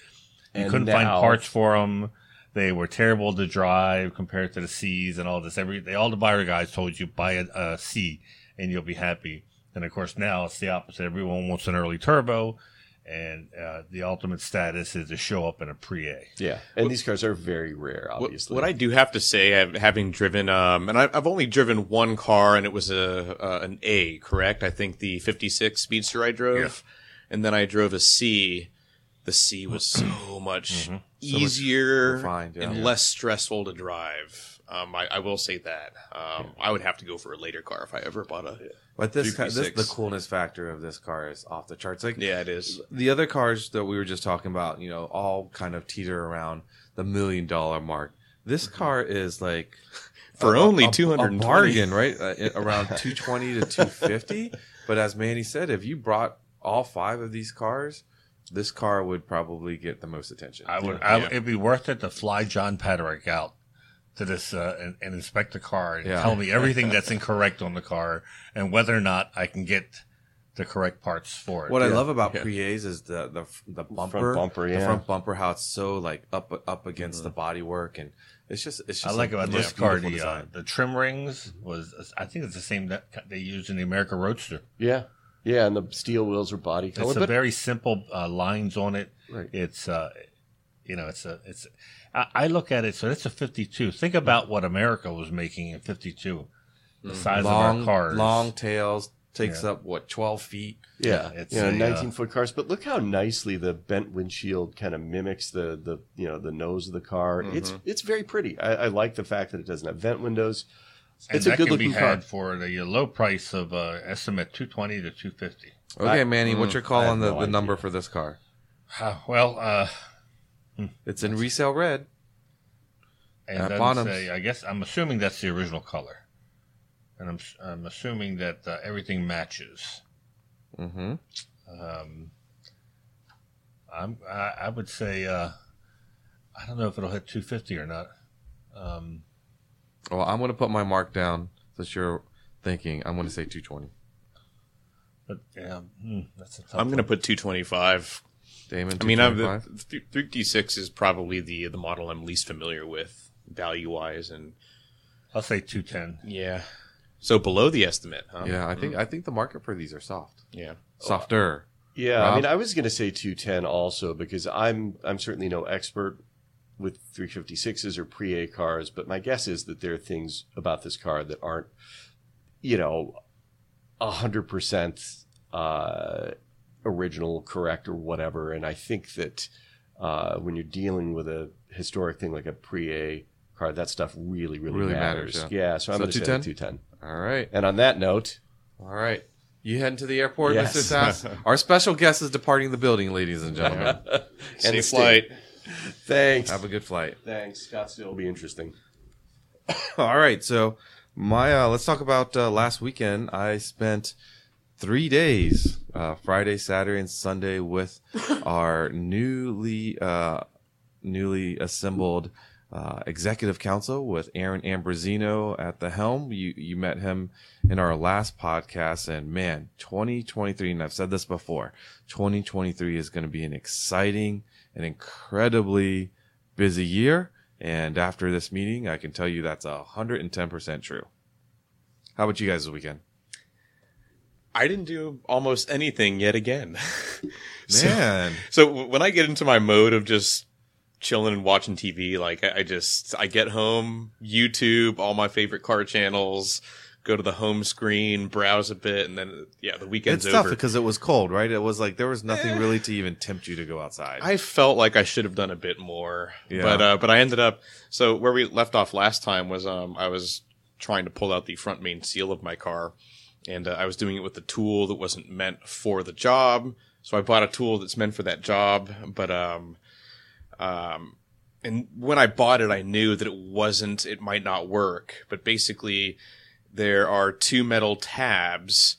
[SPEAKER 4] you
[SPEAKER 3] And
[SPEAKER 4] couldn't find
[SPEAKER 3] now-
[SPEAKER 4] parts for them. They were terrible to drive compared to the C's and all this. Every they, All the buyer guys told you buy a, a C and you'll be happy. And of course, now it's the opposite. Everyone wants an early turbo, and uh, the ultimate status is to show up in a pre A.
[SPEAKER 3] Yeah, and these cars are very rare,
[SPEAKER 5] What,
[SPEAKER 3] obviously.
[SPEAKER 5] what I do have to say, hav- having driven, um, and I, I've only driven one car, and it was a uh, an A, correct? I think the '56 Speedster I drove, and then I drove a C. The C was so much easier
[SPEAKER 2] refined, yeah.
[SPEAKER 5] and
[SPEAKER 2] Yeah.
[SPEAKER 5] less stressful to drive. Um, I, I will say that. Um, I would have to go for a later car if I ever bought a.
[SPEAKER 2] But this, ca- this
[SPEAKER 5] 356.
[SPEAKER 2] the coolness factor of this car is off the charts. Like
[SPEAKER 5] Yeah, it is.
[SPEAKER 2] the other cars that we were just talking about, you know, all kind of teeter around the million dollar mark. This car is like
[SPEAKER 5] Mm-hmm. For only
[SPEAKER 2] a-
[SPEAKER 5] two hundred
[SPEAKER 2] a bargain, right? Uh, i- around 220 to 250. But as Manny said, if you brought all five of these cars, this car would probably get the most attention.
[SPEAKER 4] I would. I,
[SPEAKER 5] Yeah.
[SPEAKER 4] It'd be worth it to fly John Patrick out to this uh, and, and inspect the car and
[SPEAKER 2] Yeah.
[SPEAKER 4] tell me everything that's incorrect on the car and whether or not I can get the correct parts for it.
[SPEAKER 2] what I love about Prius is the the the bumper,
[SPEAKER 3] bumper,
[SPEAKER 2] the
[SPEAKER 3] yeah.
[SPEAKER 2] front bumper, how it's so like up up against the bodywork, and it's just it's
[SPEAKER 4] Mm-hmm. I
[SPEAKER 2] just
[SPEAKER 4] like
[SPEAKER 2] a
[SPEAKER 4] about this
[SPEAKER 2] beautiful
[SPEAKER 4] car the uh,
[SPEAKER 2] design.
[SPEAKER 4] the trim rings was I think it's the same that they used in the America Roadster.
[SPEAKER 3] yeah, yeah, and the steel wheels are body
[SPEAKER 2] Oh,
[SPEAKER 3] color,
[SPEAKER 4] It's a
[SPEAKER 3] but
[SPEAKER 4] very simple uh, lines on it.
[SPEAKER 3] Right.
[SPEAKER 4] It's uh, you know, it's a it's I, I look at it. So that's a 52. Think about
[SPEAKER 2] Mm.
[SPEAKER 4] what America was making in 52. The uh, size
[SPEAKER 2] long
[SPEAKER 4] of our cars.
[SPEAKER 2] long tails takes up what twelve feet.
[SPEAKER 3] Yeah,
[SPEAKER 4] Yeah, it's
[SPEAKER 3] you know,
[SPEAKER 4] a, uh,
[SPEAKER 3] 19 foot cars. But look how nicely the bent windshield kind of mimics the the you know the nose of the car. It's
[SPEAKER 4] Mm-hmm.
[SPEAKER 3] it's very pretty. I, I like the fact that it doesn't have vent windows.
[SPEAKER 4] And
[SPEAKER 3] it's a
[SPEAKER 4] that
[SPEAKER 3] good
[SPEAKER 4] can be
[SPEAKER 3] looking car.
[SPEAKER 4] had for the low price of uh, estimate 220 to 250.
[SPEAKER 2] Okay, Manny,
[SPEAKER 4] mm,
[SPEAKER 2] what's your call
[SPEAKER 3] I have
[SPEAKER 2] on the,
[SPEAKER 3] no
[SPEAKER 2] the
[SPEAKER 3] idea.
[SPEAKER 2] number for this car?
[SPEAKER 4] Uh, well, uh,
[SPEAKER 2] It's in resale red.
[SPEAKER 4] and
[SPEAKER 2] Uh,
[SPEAKER 4] it doesn't
[SPEAKER 2] bottoms.
[SPEAKER 4] say- I guess I'm assuming that's the original color, and I'm s- I'm assuming that uh, everything matches.
[SPEAKER 2] Mm-hmm.
[SPEAKER 4] Um, I'm I, I would say uh, I don't know if it'll hit 250 or not. Um,
[SPEAKER 2] Well, I'm gonna put my mark down since you're thinking. I'm gonna say two twenty.
[SPEAKER 4] but yeah, hmm, that's a tough.
[SPEAKER 5] I'm going to put 225.
[SPEAKER 2] Damon,
[SPEAKER 5] I mean, I'm, the
[SPEAKER 2] 225?
[SPEAKER 5] 3D6 is probably the the model I'm least familiar with value wise, and
[SPEAKER 4] I'll say 210.
[SPEAKER 5] yeah, so below the estimate, huh?
[SPEAKER 2] yeah, I think I think the market for these are soft,
[SPEAKER 5] yeah.
[SPEAKER 2] softer.
[SPEAKER 3] Yeah, I
[SPEAKER 2] Rob?
[SPEAKER 3] mean, I was going to say 210 also because I'm I'm certainly no expert with 356s or pre-A cars, but my guess is that there are things about this car that aren't, you know, 100% uh, original, correct, or whatever. And I think that uh, when you're dealing with a historic thing like a pre-A car, that stuff really, really,
[SPEAKER 2] Really
[SPEAKER 3] matters.
[SPEAKER 2] matters,
[SPEAKER 3] yeah. so I'm
[SPEAKER 2] So
[SPEAKER 3] going to say
[SPEAKER 2] 210?
[SPEAKER 3] 210.
[SPEAKER 2] All right,
[SPEAKER 3] And on that note,
[SPEAKER 2] all right. You heading to the airport,
[SPEAKER 3] Yes.
[SPEAKER 2] Mr. Sass? Our special guest is departing the building, ladies and gentlemen.
[SPEAKER 3] And the
[SPEAKER 5] Safe flight.
[SPEAKER 3] thanks.
[SPEAKER 2] Have a good flight.
[SPEAKER 3] Thanks. Scottsdale will be interesting.
[SPEAKER 2] All right, so my uh, let's talk about uh, last weekend. I spent three days, uh, Friday, Saturday, and Sunday, with our newly uh, newly assembled uh, executive council with Aaron Ambrosino at the helm. You you met him in our last podcast, and man, 2023, and I've said this before, 2023 is going to be an exciting and incredibly busy year. And after this meeting, I can tell you that's 110% true. How about you guys this weekend?
[SPEAKER 5] I didn't do almost anything yet again.
[SPEAKER 2] Man.
[SPEAKER 5] So w- when I get into my mode of just chilling and watching TV, like I, I just I get home, YouTube, all my favorite car channels, go to the home screen, browse a bit, and then yeah, the weekend's
[SPEAKER 2] it's tough
[SPEAKER 5] over.
[SPEAKER 2] because it was cold, right? It was like there was nothing really to even tempt you to go outside.
[SPEAKER 5] I felt like I should have done a bit more,
[SPEAKER 2] Yeah.
[SPEAKER 5] but uh, but I ended up. So where we left off last time was um I was trying to pull out the front main seal of my car, and uh, I was doing it with a tool that wasn't meant for the job. So I bought a tool that's meant for that job, but um um and when I bought it, I knew that it wasn't. It might not work, but basically there are two metal tabs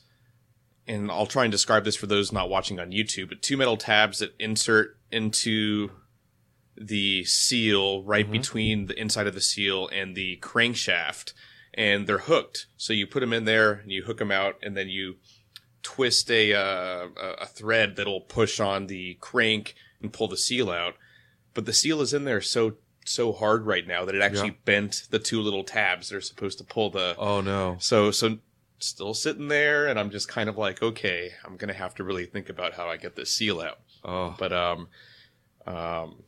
[SPEAKER 5] and I'll try and describe this for those not watching on YouTube, but two metal tabs that insert into the seal right between the inside of the seal and the crankshaft, and they're hooked. So you put them in there and you hook them out, and then you twist a uh, a- a thread that'll push on the crank and pull the seal out. But the seal is in there so so hard right now that it actually
[SPEAKER 2] Yeah.
[SPEAKER 5] bent the two little tabs that are supposed to pull the
[SPEAKER 2] oh no.
[SPEAKER 5] so so still sitting there and I'm just kind of like, okay, I'm gonna have to really think about how I get this seal out.
[SPEAKER 2] Oh.
[SPEAKER 5] But um um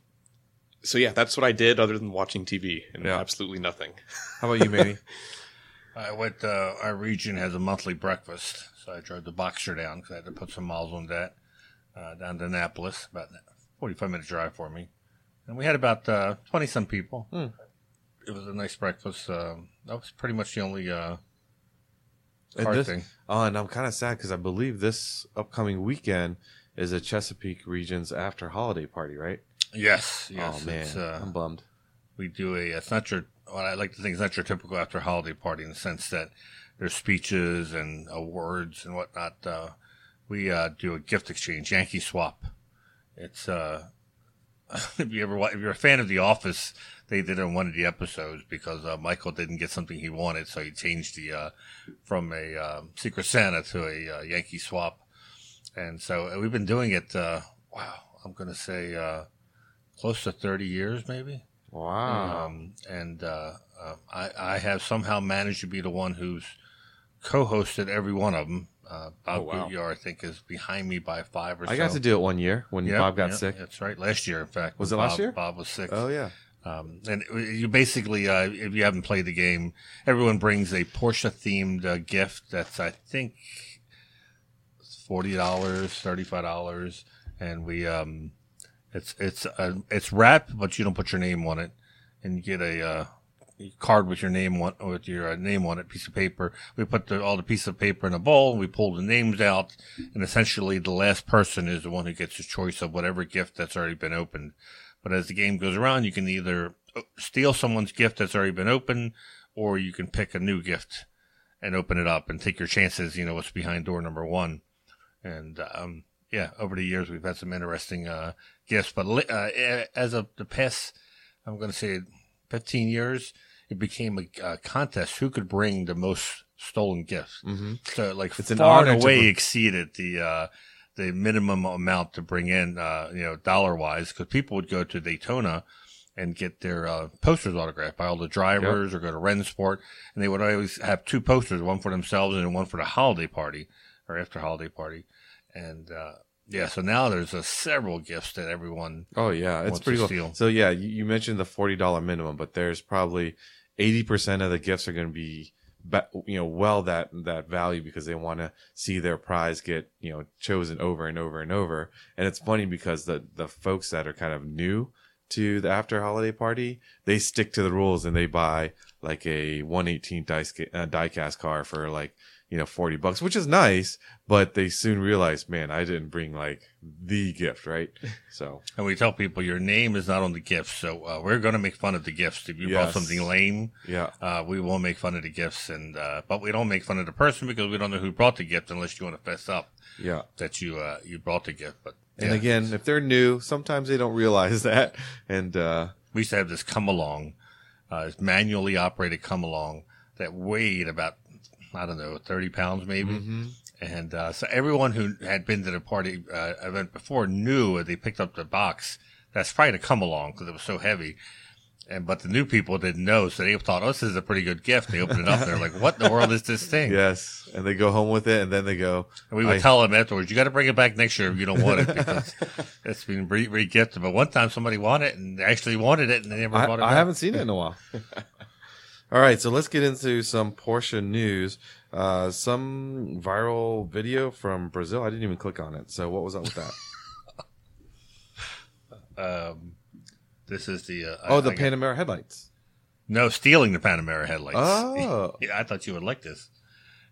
[SPEAKER 5] so yeah, that's what I did other than watching TV and
[SPEAKER 2] Yeah.
[SPEAKER 5] absolutely nothing.
[SPEAKER 2] How about you, Manny?
[SPEAKER 4] I went. Uh, our region has a monthly breakfast, so I drove the Boxer down because I had to put some miles on that uh, down to Annapolis, about a forty-five minute drive for me, and we had about uh, twenty some people.
[SPEAKER 2] Hmm.
[SPEAKER 4] It was a nice breakfast. Um that was pretty much the only uh,
[SPEAKER 2] And
[SPEAKER 4] car
[SPEAKER 2] this-
[SPEAKER 4] thing.
[SPEAKER 2] Oh, and I'm kind of sad because I believe this upcoming weekend is a Chesapeake Region's after holiday party, right?
[SPEAKER 4] Yes, yes.
[SPEAKER 2] oh man,
[SPEAKER 4] It's, uh,
[SPEAKER 2] I'm bummed.
[SPEAKER 4] we do a. It's not your. What I like to think is not your typical after holiday party in the sense that there's speeches and awards and whatnot. Uh, we uh, do a gift exchange, Yankee swap. It's uh, if you ever wa- if you're a fan of The Office, they did it in one of the episodes because uh, Michael didn't get something he wanted, so he changed the uh, from a uh, Secret Santa to a uh, Yankee swap, and so uh, we've been doing it. Uh, wow, I'm gonna say uh, close to 30 years, maybe.
[SPEAKER 2] mm, Wow.
[SPEAKER 4] Um, and uh, um, I, I have somehow managed to be the one who's co-hosted every one of them. Uh, Bob
[SPEAKER 5] Oh, wow.
[SPEAKER 4] Gutjahr, I think, is behind me by five or
[SPEAKER 2] I
[SPEAKER 4] so.
[SPEAKER 2] got to do it one year when
[SPEAKER 4] Yeah,
[SPEAKER 2] Bob got
[SPEAKER 4] yeah,
[SPEAKER 2] sick.
[SPEAKER 4] That's right. Last year, in fact.
[SPEAKER 2] Was
[SPEAKER 4] when
[SPEAKER 2] it last
[SPEAKER 4] Bob-
[SPEAKER 2] year?
[SPEAKER 4] Bob was sick.
[SPEAKER 2] Oh yeah.
[SPEAKER 4] Um, and you basically, uh, if you haven't played the game, everyone brings a Porsche themed uh, gift that's, I think, forty dollars, thirty five dollars, and we um, it's it's uh, it's wrapped, but you don't put your name on it, and you get a uh, card with your name on with your uh, name on it, piece of paper. We put the, all the piece of paper in a bowl, and we pull the names out, and essentially the last person is the one who gets the choice of whatever gift that's already been opened. But as the game goes around, you can either uh, steal someone's gift that's already been opened, or you can pick a new gift and open it up and take your chances. You know what's behind door number one and um, yeah, over the years we've had some interesting uh, gifts. But uh, as of the past, I'm going to say 15 years, it became a, a, contest who could bring the most stolen gifts. Mm-hmm. So like it's far and away to... exceeded the uh, the minimum amount to bring in, uh, you know, dollar wise, because people would go to Daytona. And get their uh, posters autographed by all the drivers, yep. or go to Rensport, and they would always have two posters, one for themselves and one for the holiday party or after holiday party. And uh, yeah, so now there's uh, several gifts that everyone.
[SPEAKER 2] Oh yeah, it's pretty cool. Steal. So yeah, you, you, mentioned the forty dollar minimum, but there's probably eighty percent of the gifts are going to be, you know, well that that value because they want to see their prize get you know chosen over and over and over. And it's funny because the the folks that are kind of new to the after holiday party, they stick to the rules and they buy like a 118 dice uh, diecast car for like you know, 40 bucks, which is nice, but they soon realized, man, I didn't bring like the gift, right? So,
[SPEAKER 4] and we tell people your name is not on the gift. So, uh, we're going to make fun of the gifts. If you yes. brought something lame,
[SPEAKER 2] yeah,
[SPEAKER 4] uh, we will make fun of the gifts. And, uh, but we don't make fun of the person because we don't know who brought the gift unless you want to fess up,
[SPEAKER 2] yeah,
[SPEAKER 4] that you, uh, you brought the gift. But,
[SPEAKER 2] and yeah. again, if they're new, sometimes they don't realize that. And, uh,
[SPEAKER 4] we used to have this come along, it's manually operated come along that weighed about I don't know, 30 pounds maybe. Mm-hmm. And uh, so everyone who had been to the party uh, event before knew they picked up the box. That's probably to come along because it was so heavy. And but the new people didn't know, so they thought, "Oh, this is a pretty good gift." They opened it up, they're like, "What in the world is this thing?"
[SPEAKER 2] Yes, and they go home with it, and then they go.
[SPEAKER 4] And we would I... tell them afterwards, "You got to bring it back next year if you don't want it because it's been re- re-gifted." But one time somebody wanted it and actually wanted it, and they never
[SPEAKER 2] I,
[SPEAKER 4] bought it.
[SPEAKER 2] I back. haven't seen it in a while. All right, so let's get into some Porsche news. Uh, some viral video from Brazil. I didn't even click on it. So what was up with
[SPEAKER 4] that? um, this is the uh,
[SPEAKER 2] oh I, the I Panamera got... headlights.
[SPEAKER 4] No, stealing the Panamera headlights.
[SPEAKER 2] Oh,
[SPEAKER 4] yeah, I thought you would like this.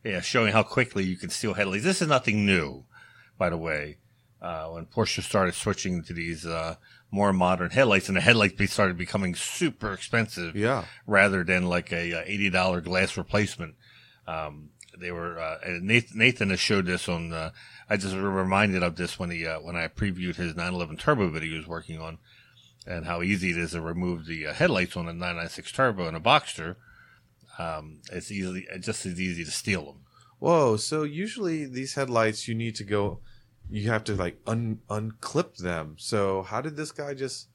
[SPEAKER 4] Yeah, showing how quickly you can steal headlights. This is nothing new, by the way. Uh, when Porsche started switching to these uh, more modern headlights, and the headlights be started becoming super expensive.
[SPEAKER 2] Yeah.
[SPEAKER 4] Rather than like a, a eighty dollar glass replacement, um, they were. Uh, Nathan, Nathan has showed this on. Uh, I just was reminded of this when he uh, when I previewed his 911 turbo video he was working on, and how easy it is to remove the uh, headlights on a 996 turbo and a Boxster. Um, it's easily it's just as easy to steal them.
[SPEAKER 2] Whoa! So usually these headlights you need to go you have to like un unclip them. So how did this guy just?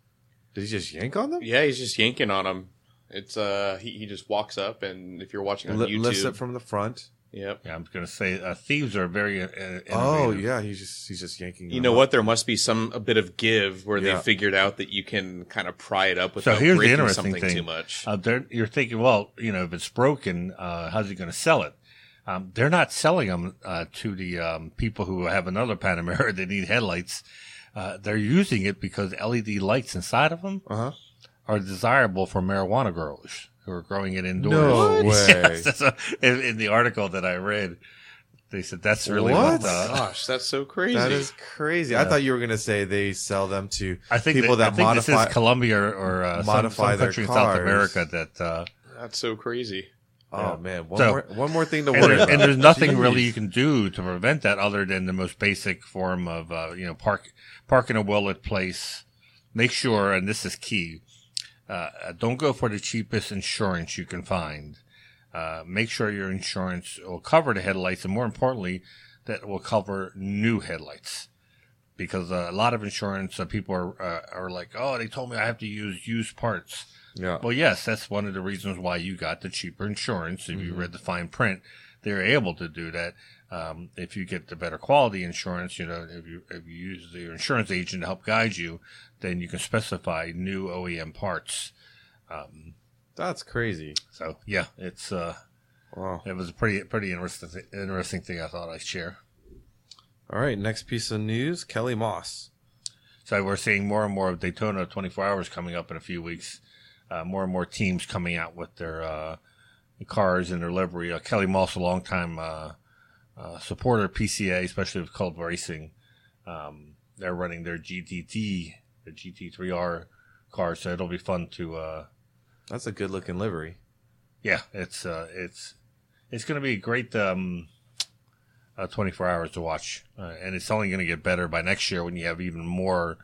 [SPEAKER 2] Did he just yank on them?
[SPEAKER 5] Yeah, he's just yanking on them. It's uh, he, he just walks up, and if you're watching on L- YouTube,
[SPEAKER 2] lifts it from the front.
[SPEAKER 5] Yep.
[SPEAKER 4] Yeah, I'm gonna say uh, thieves are very. Uh, innovative.
[SPEAKER 2] oh yeah, he's just he's just yanking.
[SPEAKER 5] You know up. what? There must be some a bit of give where yeah. they figured out that you can kind of pry it up without so here's breaking something thing. too much.
[SPEAKER 4] Uh, you're thinking, well, you know, if it's broken, uh, how's he gonna sell it? Um, they're not selling them uh, to the um, people who have another Panamera that need headlights. Uh, they're using it because LED lights inside of them
[SPEAKER 2] uh-huh.
[SPEAKER 4] are desirable for marijuana growers who are growing it indoors.
[SPEAKER 2] No way.
[SPEAKER 4] Yes, a, in, in, the article that I read, they said that's really what. what the,
[SPEAKER 5] Gosh, that's so crazy.
[SPEAKER 2] That is crazy. Yeah. I thought you were going to say they sell them to
[SPEAKER 4] I think
[SPEAKER 2] people that, that
[SPEAKER 4] I think
[SPEAKER 2] modify
[SPEAKER 4] this is Colombia or, uh, modify some, some country in South America that. uh,
[SPEAKER 5] that's so crazy.
[SPEAKER 2] Oh yeah. man, one, so, more, one more thing to
[SPEAKER 4] and
[SPEAKER 2] worry
[SPEAKER 4] there's,
[SPEAKER 2] about.
[SPEAKER 4] And there's nothing Jeez. really you can do to prevent that other than the most basic form of uh, you know park park in a well lit place. Make sure, and this is key, uh, don't go for the cheapest insurance you can find. Uh, make sure your insurance will cover the headlights, and more importantly, that will cover new headlights. Because a lot of insurance uh, people are are like, oh, they told me I have to use used parts.
[SPEAKER 2] Yeah.
[SPEAKER 4] Well, yes, that's one of the reasons why you got the cheaper insurance. If you mm-hmm. read the fine print, they're able to do that. Um, if you get the better quality insurance, you know, if you, if you use your insurance agent to help guide you, then you can specify new OEM E parts Um,
[SPEAKER 2] That's crazy.
[SPEAKER 4] so yeah, it's uh,
[SPEAKER 2] Wow.
[SPEAKER 4] it was a pretty pretty interesting interesting thing. I thought I'd share.
[SPEAKER 2] All right, next piece of news Kelly Moss.
[SPEAKER 4] So we're seeing more and more of Daytona 24 Hours coming up in a few weeks. Uh, more and more teams coming out with their uh, cars and their livery. Uh, Kelly Moss, a longtime uh, uh, supporter of PCA, especially with Cold Racing, um, they're running their GTT, their GT3R car. So it'll be fun to, uh,
[SPEAKER 2] That's a good looking livery.
[SPEAKER 4] yeah, it's uh, it's it's going to be a great um, uh, 24 hours to watch, uh, and it's only going to get better by next year when you have even more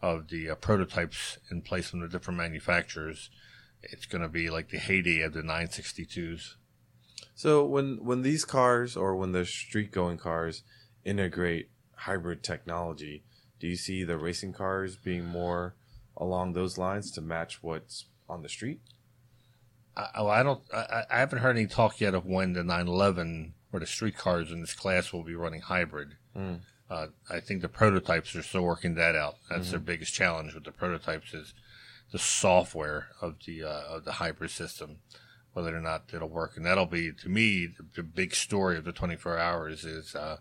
[SPEAKER 4] of the uh, prototypes in place from the different manufacturers. It's going to be like the heyday of the 962s.
[SPEAKER 2] So when when these cars or when the street going cars integrate hybrid technology, do you see the racing cars being more along those lines to match what's on the street?
[SPEAKER 4] I, oh, I don't, I, I haven't heard any talk yet of when the 911 or the street cars in this class will be running hybrid. Uh, I think the prototypes are still working that out. That's their biggest challenge with the prototypes is the software of the uh, of the hybrid system, whether or not it'll work. And that'll be to me the, the big story of the 24 hours is uh,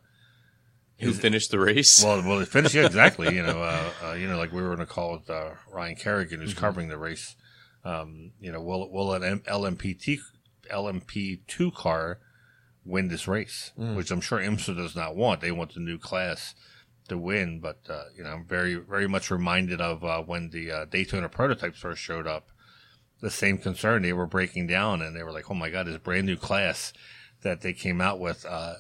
[SPEAKER 5] Who finished the race?
[SPEAKER 4] well, well, it finished yeah, exactly. You know, uh, uh, you know, like we were in a call with uh, Ryan Kerrigan, who's covering the race. Um, you know, will will an M- LMPT LMP two car win this race? Which I'm sure IMSA does not want. They want the new class to win. But uh, you know, I'm very very much reminded of uh, when the uh, Daytona prototypes first showed up. The same concern they were breaking down, and they were like, "Oh my God, this brand new class that they came out with uh,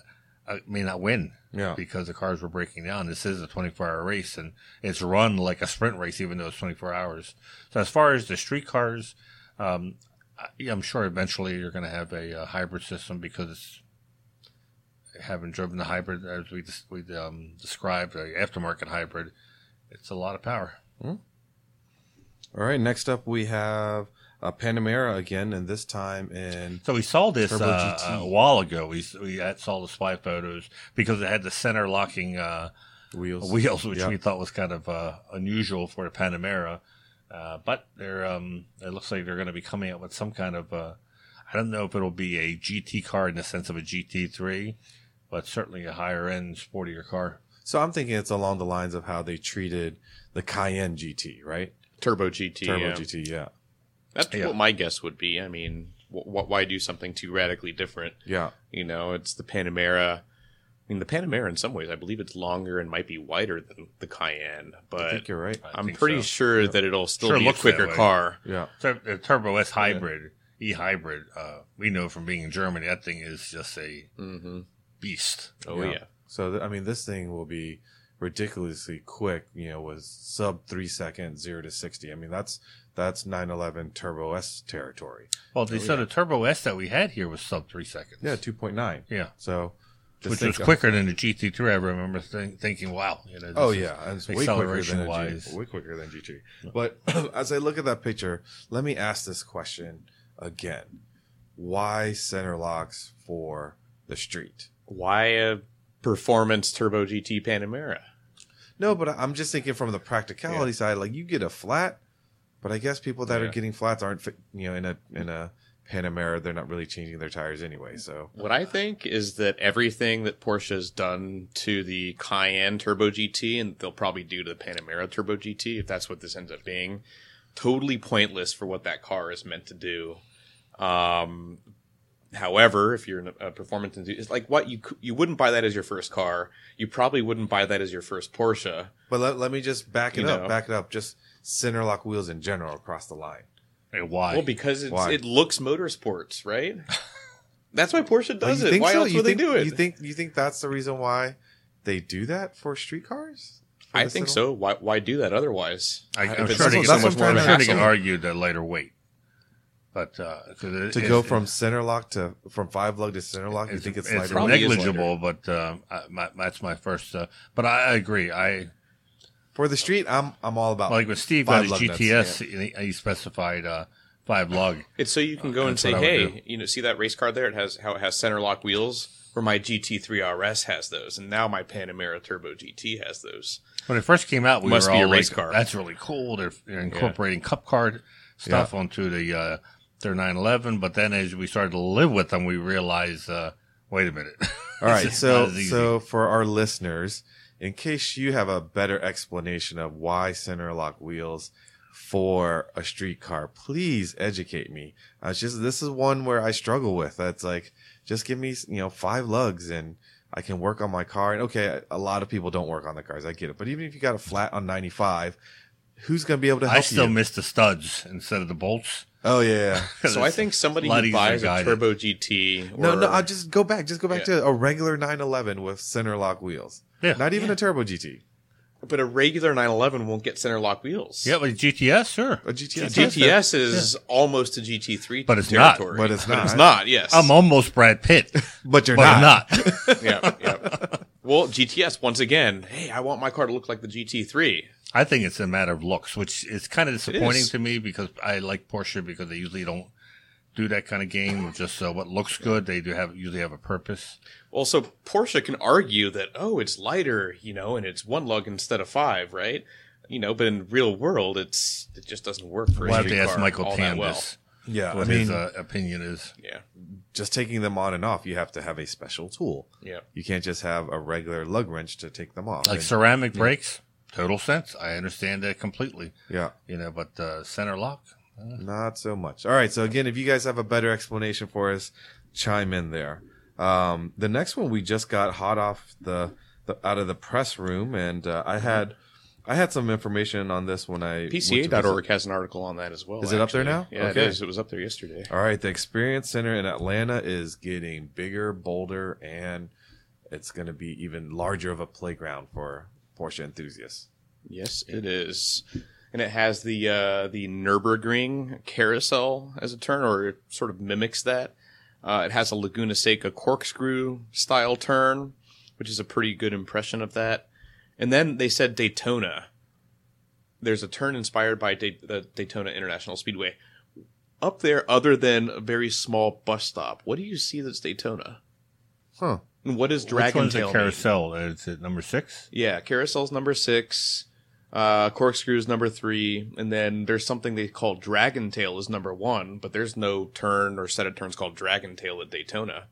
[SPEAKER 4] uh, may not win."
[SPEAKER 2] Yeah.
[SPEAKER 4] because the cars were breaking down. This is a 24 hour race and it's run like a sprint race, even though it's 24 hours. So as far as the street cars, um, I- I'm sure eventually you're going to have a, uh hybrid system because it's having driven the hybrid as we dis- we um, described, the aftermarket hybrid. It's a lot of power.
[SPEAKER 2] All right, next up we have uh, Panamera again, and this time in
[SPEAKER 4] So we saw this
[SPEAKER 2] Turbo
[SPEAKER 4] uh,
[SPEAKER 2] GT.
[SPEAKER 4] a while ago. We we had- saw the spy photos because it had the center locking. Uh,
[SPEAKER 2] wheels.
[SPEAKER 4] wheels, which
[SPEAKER 2] Yeah.
[SPEAKER 4] we thought was kind of uh, unusual for the Panamera. Uh, but they're um, it looks like they're going to be coming out with some kind of uh, I don't know if it'll be a GT car in the sense of a GT3, but certainly a higher end sportier car.
[SPEAKER 2] So I'm thinking it's along the lines of how they treated the Cayenne GT, right?
[SPEAKER 5] Turbo GT.
[SPEAKER 2] Turbo
[SPEAKER 5] yeah.
[SPEAKER 2] GT, yeah,
[SPEAKER 5] That's
[SPEAKER 4] Yeah.
[SPEAKER 5] what my guess would be. I mean, wh- wh- why do something too radically different?
[SPEAKER 2] yeah.
[SPEAKER 5] You know, it's the Panamera. I mean, the Panamera in some ways, I believe it's longer and might be wider than the Cayenne,
[SPEAKER 2] I
[SPEAKER 5] but
[SPEAKER 2] think you're right.
[SPEAKER 4] I
[SPEAKER 5] I'm
[SPEAKER 4] think
[SPEAKER 5] pretty
[SPEAKER 4] so.
[SPEAKER 5] sure that it'll still
[SPEAKER 4] Sure
[SPEAKER 5] be a
[SPEAKER 4] looks that
[SPEAKER 5] quicker
[SPEAKER 4] way.
[SPEAKER 5] car.
[SPEAKER 2] Yeah,
[SPEAKER 4] Tur- the Turbo S hybrid, e hybrid. Uh, we know from being in Germany, that thing is just a
[SPEAKER 5] Mhm.
[SPEAKER 4] beast.
[SPEAKER 5] Oh yeah.
[SPEAKER 2] So th- I mean, this thing will be ridiculously quick. You know, with sub three seconds, zero to sixty. I mean, that's that's 911 Turbo S territory.
[SPEAKER 4] Well, they said the Turbo S that we had here was sub three seconds.
[SPEAKER 2] Oh, Yeah, 2.9.
[SPEAKER 4] yeah.
[SPEAKER 2] So, just
[SPEAKER 4] Which
[SPEAKER 2] think
[SPEAKER 4] was
[SPEAKER 2] of-
[SPEAKER 4] quicker than the GT3. I remember think, thinking, "Wow, you know, this
[SPEAKER 2] Oh
[SPEAKER 4] is-
[SPEAKER 2] yeah, and it's way quicker than a
[SPEAKER 4] acceleration-wise.
[SPEAKER 2] G, way quicker than GT. But as I look at that picture, let me ask this question again: Why center locks for the street?
[SPEAKER 5] Why a performance Turbo GT Panamera?
[SPEAKER 2] No, but I- I'm just thinking from the practicality side. Like you get a flat, but I guess people that are
[SPEAKER 5] Yeah.
[SPEAKER 2] getting flats aren't, fit, you know, in a in a Panamera, they're not really changing their tires anyway. So
[SPEAKER 5] What I think is that everything that Porsche has done to the Cayenne Turbo GT, and they'll probably do to the Panamera Turbo GT, if that's what this ends up being, totally pointless for what that car is meant to do. Um, however, if you're in a, a performance, enthusi- it's like what you cou- you wouldn't buy that as your first car. You probably wouldn't buy that as your first Porsche.
[SPEAKER 2] But let, let me just back it
[SPEAKER 5] You
[SPEAKER 2] up.
[SPEAKER 5] know.
[SPEAKER 2] Back it up. Just center lock wheels in general across the line.
[SPEAKER 4] Hey, why?
[SPEAKER 5] Well, because it's,
[SPEAKER 2] Why?
[SPEAKER 5] it looks motorsports, right? that's why Porsche
[SPEAKER 2] Well,
[SPEAKER 5] does
[SPEAKER 2] you
[SPEAKER 5] it.
[SPEAKER 2] think
[SPEAKER 5] Why
[SPEAKER 2] so?
[SPEAKER 5] else
[SPEAKER 2] You
[SPEAKER 5] would
[SPEAKER 2] think,
[SPEAKER 5] they do it?
[SPEAKER 2] You think you think that's the reason why they do that for streetcars? For
[SPEAKER 5] I
[SPEAKER 2] the
[SPEAKER 5] think
[SPEAKER 2] center-
[SPEAKER 5] so. Why, why do that otherwise?
[SPEAKER 4] I,
[SPEAKER 5] If
[SPEAKER 4] I'm
[SPEAKER 5] it's
[SPEAKER 4] sure they
[SPEAKER 5] so
[SPEAKER 4] can,
[SPEAKER 2] that's what I'm trying
[SPEAKER 4] I'm
[SPEAKER 2] to
[SPEAKER 4] sure they can
[SPEAKER 2] ask.
[SPEAKER 4] argue the lighter weight, but uh, 'cause it-
[SPEAKER 2] To
[SPEAKER 4] it's-
[SPEAKER 2] go from center lock to from five lug to center lock, you think it's,
[SPEAKER 4] it's
[SPEAKER 2] lighter weight?
[SPEAKER 5] is
[SPEAKER 4] negligible, but um, I, my, that's my first. Uh, but I, I agree. I
[SPEAKER 2] for the street. I'm I'm all about
[SPEAKER 4] like when Steve
[SPEAKER 2] Five
[SPEAKER 4] got his
[SPEAKER 2] lug nuts,
[SPEAKER 4] GTS, he, he specified uh, five lug.
[SPEAKER 5] It's so you can
[SPEAKER 4] Uh,
[SPEAKER 5] go and
[SPEAKER 4] that's
[SPEAKER 5] say,
[SPEAKER 4] what I would
[SPEAKER 5] "Hey, you know, see that race car there? It has how it has center lock wheels, where my GT3 RS has those, and now my Panamera Turbo GT has those."
[SPEAKER 4] When it first came out, we
[SPEAKER 5] Must
[SPEAKER 4] were
[SPEAKER 5] be a
[SPEAKER 4] all
[SPEAKER 5] race
[SPEAKER 4] like,
[SPEAKER 5] car.
[SPEAKER 4] "That's really cool. They're, they're incorporating cup car stuff onto the uh, their 911. But then as we started to live with them, we realized, uh, wait a minute.
[SPEAKER 2] All right.
[SPEAKER 4] It's
[SPEAKER 2] So,
[SPEAKER 4] not as easy.
[SPEAKER 2] so for our listeners, in case you have a better explanation of why center lock wheels for a streetcar, please educate me. Uh, it's just this is one where I struggle with. That's like, just give me, you know, five lugs and I can work on my car. And okay, a lot of people don't work on their cars. I get it. But even if you got a flat on 95, who's going to be able to help
[SPEAKER 4] I still
[SPEAKER 2] you?
[SPEAKER 4] miss the studs instead of the bolts.
[SPEAKER 2] oh, yeah, yeah.
[SPEAKER 4] 'Cause
[SPEAKER 5] So I
[SPEAKER 4] it's
[SPEAKER 5] think somebody
[SPEAKER 4] a lot
[SPEAKER 5] who
[SPEAKER 4] easier
[SPEAKER 5] buys a
[SPEAKER 4] guided.
[SPEAKER 5] turbo GT. Or,
[SPEAKER 2] No, no, I'll just go back. Just go back
[SPEAKER 5] Yeah.
[SPEAKER 2] to a regular 911 with center lock wheels.
[SPEAKER 4] Yeah.
[SPEAKER 2] Not even a turbo GT.
[SPEAKER 5] but a regular 911 won't get center lock wheels.
[SPEAKER 4] Yeah, with GTS, sure.
[SPEAKER 2] A GTS.
[SPEAKER 5] The GTS is almost a GT3
[SPEAKER 4] But it's not.
[SPEAKER 5] territory.
[SPEAKER 2] But it's not.
[SPEAKER 5] It's not. Yes.
[SPEAKER 4] I'm almost Brad Pitt,
[SPEAKER 2] But you're
[SPEAKER 4] but I'm
[SPEAKER 2] not.
[SPEAKER 4] not.
[SPEAKER 5] yeah, yeah. Well, GTS once again. Hey, I want my car to look like the GT3.
[SPEAKER 4] I think it's a matter of looks, which is kind of disappointing
[SPEAKER 5] is.
[SPEAKER 4] to me because I like Porsche because they usually don't do that kind of game of just uh, what looks good. They do have usually have a purpose.
[SPEAKER 5] Also, Porsche can argue that oh, it's lighter, you know, and it's one lug instead of five, right? You know, but in real world, it's it just doesn't work for.
[SPEAKER 4] We'll
[SPEAKER 5] a
[SPEAKER 4] have to
[SPEAKER 5] street
[SPEAKER 4] ask
[SPEAKER 5] car
[SPEAKER 4] Michael
[SPEAKER 5] all
[SPEAKER 4] Tam
[SPEAKER 5] that well.
[SPEAKER 4] this,
[SPEAKER 2] Yeah, I
[SPEAKER 4] what
[SPEAKER 2] mean,
[SPEAKER 4] his uh, opinion is.
[SPEAKER 5] Yeah,
[SPEAKER 2] just taking them on and off, you have to have a special tool.
[SPEAKER 5] yeah.
[SPEAKER 2] You can't just have a regular lug wrench to take them off.
[SPEAKER 4] Like
[SPEAKER 2] And-
[SPEAKER 4] ceramic brakes, total sense. I understand that completely.
[SPEAKER 2] yeah,
[SPEAKER 4] You know, but uh, center lock.
[SPEAKER 2] not so much. All right, so again, if you guys have a better explanation for us, chime in there. Um, the next one we just got hot off the, the out of the press room, and uh, I had I had some information on this when I went to
[SPEAKER 5] PCA.org has an article on that as well.
[SPEAKER 2] Is it up there
[SPEAKER 5] actually.
[SPEAKER 2] now?
[SPEAKER 5] Yeah,
[SPEAKER 2] Okay.
[SPEAKER 5] it is. It was up there yesterday.
[SPEAKER 2] All right, the Experience Center in Atlanta is getting bigger, bolder, and it's going to be even larger of a playground for Porsche enthusiasts.
[SPEAKER 5] Yes, it is. And it has the uh, the Nurburgring carousel as a turn, or it sort of mimics that. Uh, it has a Laguna Seca corkscrew style turn, which is a pretty good impression of that. And then they said Daytona. There's a turn inspired by Day- the Daytona International Speedway. Up there, other than a very small bus stop, what do you see that's Daytona?
[SPEAKER 2] Huh.
[SPEAKER 5] And what is
[SPEAKER 4] Which
[SPEAKER 5] Dragon
[SPEAKER 4] one's
[SPEAKER 5] Tail?
[SPEAKER 4] a
[SPEAKER 5] mean?
[SPEAKER 4] carousel? Is it number six?
[SPEAKER 5] Yeah, carousel's number six, uh, corkscrews number three, and then there's something they call dragon tail is number one, but there's no turn or set of turns called dragon tail at Daytona.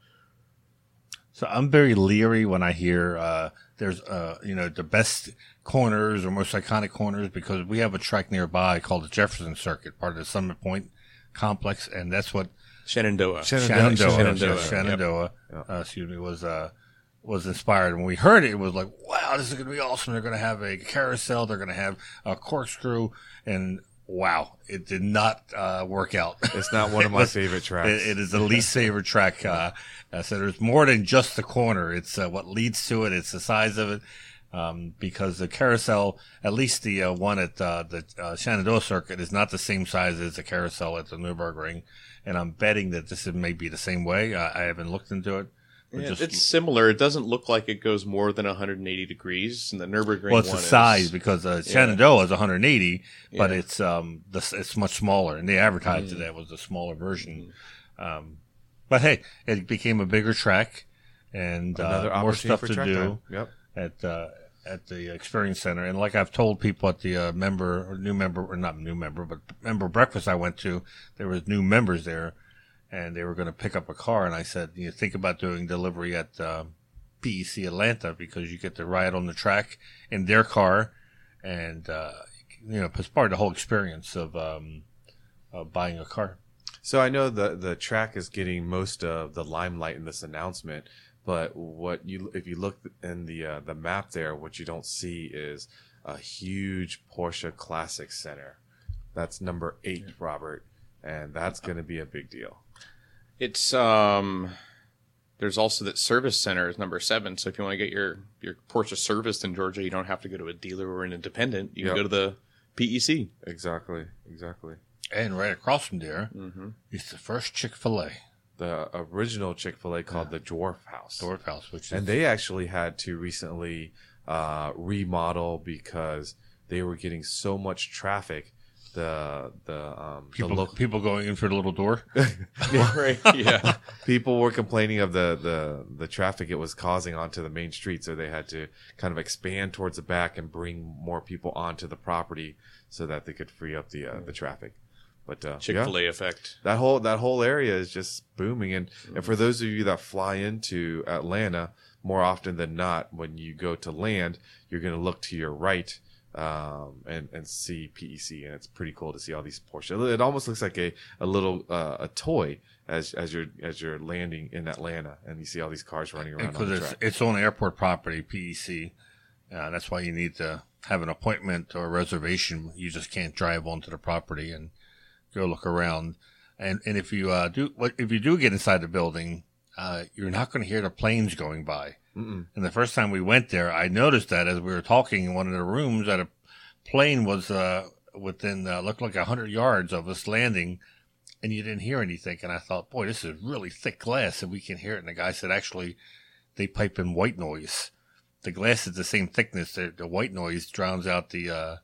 [SPEAKER 4] So I'm very leery when I hear uh, there's uh, you know the best corners or most iconic corners because we have a track nearby called the Jefferson Circuit, part of the Summit Point complex, and that's what
[SPEAKER 5] Shenandoah.
[SPEAKER 4] Shenandoah, Shenandoah,
[SPEAKER 5] Shenandoah,
[SPEAKER 4] Shenandoah, uh, excuse me, was uh, was inspired. When we heard it, it was like, wow, this is going to be awesome. They're going to have a carousel. They're going to have a corkscrew, and wow, it did not uh, work out.
[SPEAKER 2] It's not one of my
[SPEAKER 4] was-
[SPEAKER 2] favorite tracks.
[SPEAKER 4] It, it is the least favorite track. Uh, uh, so there's more than just the corner. It's uh, what leads to it. It's the size of it. Um, because the carousel, at least the uh, one at uh, the uh, Shenandoah circuit, is not the same size as the carousel at the Nürburgring, and I'm betting that this is- may be the same way. Uh, I haven't looked into it. But
[SPEAKER 5] Yeah,
[SPEAKER 4] just-
[SPEAKER 5] it's similar. It doesn't look like it goes more than 180 degrees, and the Nurburgring
[SPEAKER 4] well, it's the
[SPEAKER 5] one
[SPEAKER 4] size
[SPEAKER 5] is
[SPEAKER 4] because uh, Shenandoah is 180, but
[SPEAKER 5] Yeah.
[SPEAKER 4] it's um the, s- it's much smaller, and they
[SPEAKER 2] Mm.
[SPEAKER 4] advertised that it was the smaller version.
[SPEAKER 2] Mm-hmm.
[SPEAKER 4] Um, but hey, it became a bigger track and
[SPEAKER 2] Another
[SPEAKER 4] uh, more
[SPEAKER 2] opportunity
[SPEAKER 4] stuff
[SPEAKER 2] for
[SPEAKER 4] to
[SPEAKER 2] track
[SPEAKER 4] do
[SPEAKER 2] time. Yep.
[SPEAKER 4] at uh, at the experience center. And like I've told people at the uh, member or new member or not new member, but member breakfast I went to, there was new members there, and they were going to pick up a car. And I said, you know, think about doing delivery at uh, PEC Atlanta because you get to ride on the track in their car, and uh, you know it's part of the whole experience of um, of buying a car.
[SPEAKER 2] So I know the the track is getting most of the limelight in this announcement, but what you if you look in the uh, the map there, what you don't see is a huge Porsche Classic Center. That's number eight, Robert, and that's going to be a big deal.
[SPEAKER 5] It's um. There's also that service center is number seven. So if you want to get your your Porsche serviced in Georgia, you don't have to go to a dealer or an independent. You
[SPEAKER 2] Yep.
[SPEAKER 5] can go to the E PEC.
[SPEAKER 2] Exactly. Exactly.
[SPEAKER 4] And right across from there, it's the first Chick Fil A
[SPEAKER 2] the original Chick Fil A called the Dwarf House,
[SPEAKER 4] Dwarf House, which is
[SPEAKER 2] and they actually had to recently uh, remodel because they were getting so much traffic. The the um,
[SPEAKER 4] people
[SPEAKER 2] the local
[SPEAKER 4] people going in through the little door.
[SPEAKER 5] right. Yeah.
[SPEAKER 2] people were complaining of the, the the traffic it was causing onto the main street, so they had to kind of expand towards the back and bring more people onto the property so that they could free up the uh, the traffic.
[SPEAKER 5] But uh, Chick Fil A effect.
[SPEAKER 2] that whole that whole area is just booming and and for those of you that fly into Atlanta more often than not when you go to land you're going to look to your right um, and and see PEC and it's pretty cool to see all these Porsche it, it almost looks like a a little uh, a toy as as you're as you're landing in Atlanta and you see all these cars running around on
[SPEAKER 4] because
[SPEAKER 2] the
[SPEAKER 4] it's,
[SPEAKER 2] track
[SPEAKER 4] it's on airport property, PEC. Uh, that's why you need to have an appointment or a reservation. You just can't drive onto the property and go look around. And and if you uh, do, what- if you do get inside the building, uh, you're not going to hear the planes going by.
[SPEAKER 2] Mm-mm.
[SPEAKER 4] And the first time we went there, I noticed that as we were talking in one of the rooms, that a plane was uh, within uh, looked like hundred yards of us landing, and you didn't hear anything. And I thought, boy, this is really thick glass, and we can hear it. And the guy said, actually, they pipe in white noise. The glass is the same thickness. The, the white noise drowns out the uh,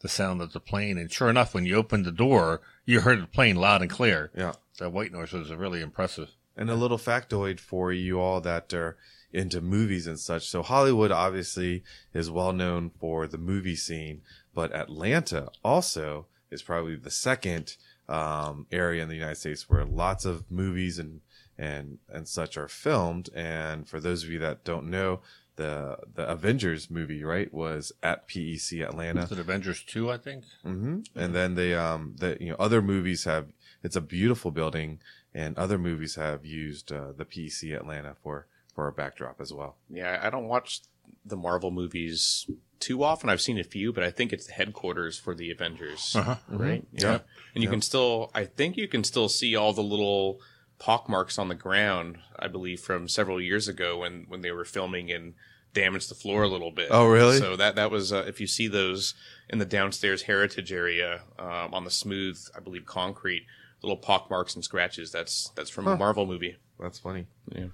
[SPEAKER 4] the sound of the plane. And sure enough, when you opened the door, you heard the plane loud and clear.
[SPEAKER 2] yeah
[SPEAKER 4] The white noise was really impressive.
[SPEAKER 2] And a little factoid for you all that are into movies and such. So Hollywood obviously is well known for the movie scene, but Atlanta also is probably the second um, area in the United States where lots of movies and and and such are filmed. And for those of you that don't know, the the Avengers movie right was at PEC Atlanta
[SPEAKER 4] Was it Avengers two? I think.
[SPEAKER 2] hmm And then they, um, the you know, other movies have. It's a beautiful building, and other movies have used uh, the PC Atlanta for for a backdrop as well.
[SPEAKER 5] Yeah, I don't watch the Marvel movies too often. I've seen a few, but I think it's the headquarters for the Avengers, right?
[SPEAKER 2] Uh-huh, mm-hmm. Yeah.
[SPEAKER 5] and you can still, I think you can still see all the little pock marks on the ground. I believe from several years ago when when they were filming and damaged the floor a little bit.
[SPEAKER 2] Oh, really?
[SPEAKER 5] So that that was uh, if you see those in the downstairs heritage area um, on the smooth, I believe concrete, little pock marks and scratches. That's that's from a Marvel movie.
[SPEAKER 2] That's funny.
[SPEAKER 5] Yeah.